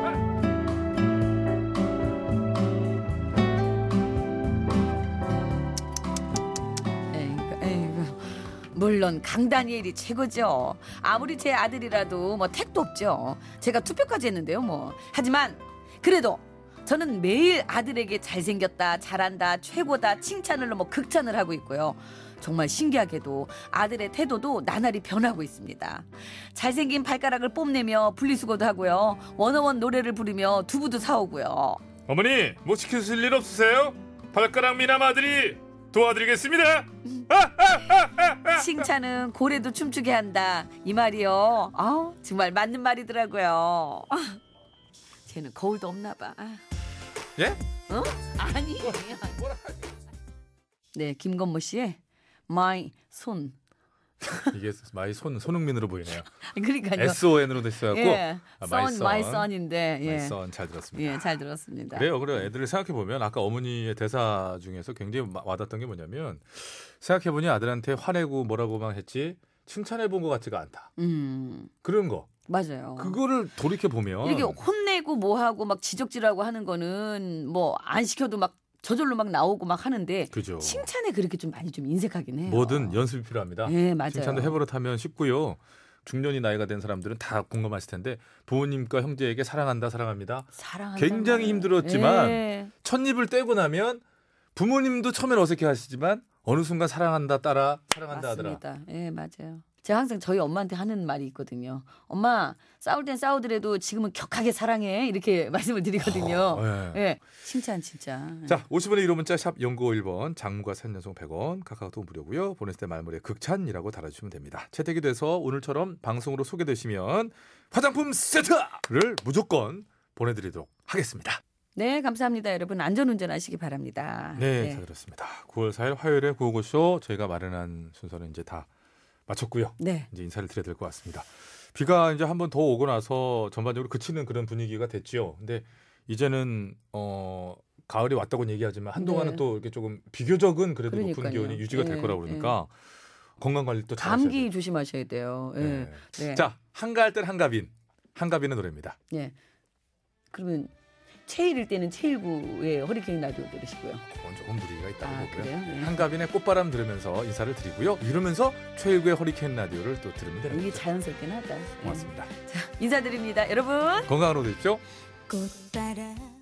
Speaker 4: 물론 강다니엘이 최고죠. 아무리 제 아들이라도 뭐 택도 없죠. 제가 투표까지 했는데요, 뭐. 하지만 그래도 저는 매일 아들에게 잘생겼다, 잘한다, 최고다 칭찬을 넘어 극찬을 하고 있고요. 정말 신기하게도 아들의 태도도 나날이 변하고 있습니다. 잘생긴 발가락을 뽐내며 분리수거도 하고요. 원어원 노래를 부르며 두부도 사오고요.
Speaker 6: 어머니 뭐 시키실 일 없으세요? 발가락 미남 아들이 도와드리겠습니다. 아!
Speaker 4: 칭찬은 고래도 춤추게 한다. 이 말이요. 아우, 정말 맞는 말이더라고요. 아, 쟤는 거울도 없나 봐. 아.
Speaker 6: 예?
Speaker 4: 어? 아니. 네, 김건모 씨의 마이 손.
Speaker 6: 이게 마이 손 손흥민으로 보이네요.
Speaker 4: 그러니까요.
Speaker 6: S O N으로 됐어갖고
Speaker 4: 예.
Speaker 6: 아,
Speaker 4: 선, 마이 선인데. 예.
Speaker 6: 마이 선 잘 들었습니다.
Speaker 4: 예, 잘 들었습니다.
Speaker 6: 그래요. 그래요. 애들을 생각해 보면 아까 어머니의 대사 중에서 굉장히 마- 와닿았던 게 뭐냐면 생각해 보니 아들한테 화내고 뭐라고만 했지 칭찬해 본 것 같지가 않다.
Speaker 4: 음.
Speaker 6: 그런 거.
Speaker 4: 맞아요.
Speaker 6: 그거를 어. 돌이켜 보면
Speaker 4: 어. 이렇게 혼내고 뭐하고 막 지적질하고 하는 거는 뭐 안 시켜도 막 저절로 막 나오고 막 하는데
Speaker 6: 그죠.
Speaker 4: 칭찬에 그렇게 좀 많이 좀 인색하긴 해요.
Speaker 6: 뭐든 연습이 필요합니다.
Speaker 4: 예, 맞아요.
Speaker 6: 칭찬도 해버릇하면 쉽고요. 중년이 나이가 된 사람들은 다 공감하실 텐데 부모님과 형제에게 사랑한다 사랑합니다.
Speaker 4: 사랑한다.
Speaker 6: 굉장히 힘들었지만
Speaker 4: 예.
Speaker 6: 첫입을 떼고 나면 부모님도 처음엔 어색해하시지만 어느 순간 사랑한다 따라 사랑한다 하더라.
Speaker 4: 맞습니다. 예, 맞아요. 제가 항상 저희 엄마한테 하는 말이 있거든요. 엄마 싸울 땐 싸우더라도 지금은 격하게 사랑해 이렇게 말씀을 드리거든요.
Speaker 6: 어,
Speaker 4: 예.
Speaker 6: 예.
Speaker 4: 칭찬 진짜. 예.
Speaker 6: 자, 50원의 1호 문자 샵 0951번 장무가 3년송 100원 카카오톡 무료고요. 보냈을 때 말머리에 극찬이라고 달아주시면 됩니다. 채택이 돼서 오늘처럼 방송으로 소개되시면 화장품 세트를 무조건 보내드리도록 하겠습니다.
Speaker 4: 네, 감사합니다, 여러분. 안전 운전하시기 바랍니다.
Speaker 6: 네,
Speaker 4: 예.
Speaker 6: 잘 들었습니다. 9월 4일 화요일에 구호고쇼 저희가 마련한 순서는 이제 다 마쳤고요.
Speaker 4: 네.
Speaker 6: 이제 인사를 드려야 될 것 같습니다. 비가 이제 한 번 더 오고 나서 전반적으로 그치는 그런 분위기가 됐지요. 근데 이제는 어 가을이 왔다고는 얘기하지만 한동안은
Speaker 4: 네.
Speaker 6: 또 이렇게 조금 비교적은 그래도 높은
Speaker 4: 그러니까요.
Speaker 6: 기온이 유지가
Speaker 4: 예,
Speaker 6: 될 거라 그러니까 건강 관리도 잘 하셔야 돼요.
Speaker 4: 감기 조심하셔야 돼요. 예.
Speaker 6: 네.
Speaker 4: 네.
Speaker 6: 자, 한가할 땐 한가빈. 한가빈의 노래입니다.
Speaker 4: 예. 그러면 체일일 때는 체일구의 허리케인 라디오 들으시고요.
Speaker 6: 그건 조금 무리가 있다고
Speaker 4: 아,
Speaker 6: 보고요.
Speaker 4: 그래요? 예.
Speaker 6: 한가빈의 꽃바람 들으면서 인사를 드리고요. 이러면서 최고의 허리케인 라디오를 또 들으면 됩니다.
Speaker 4: 네. 이게 자연스럽긴 하다. 예.
Speaker 6: 고맙습니다.
Speaker 4: 인사드립니다, 여러분.
Speaker 6: 건강으로 되십시오.
Speaker 7: 꽃바람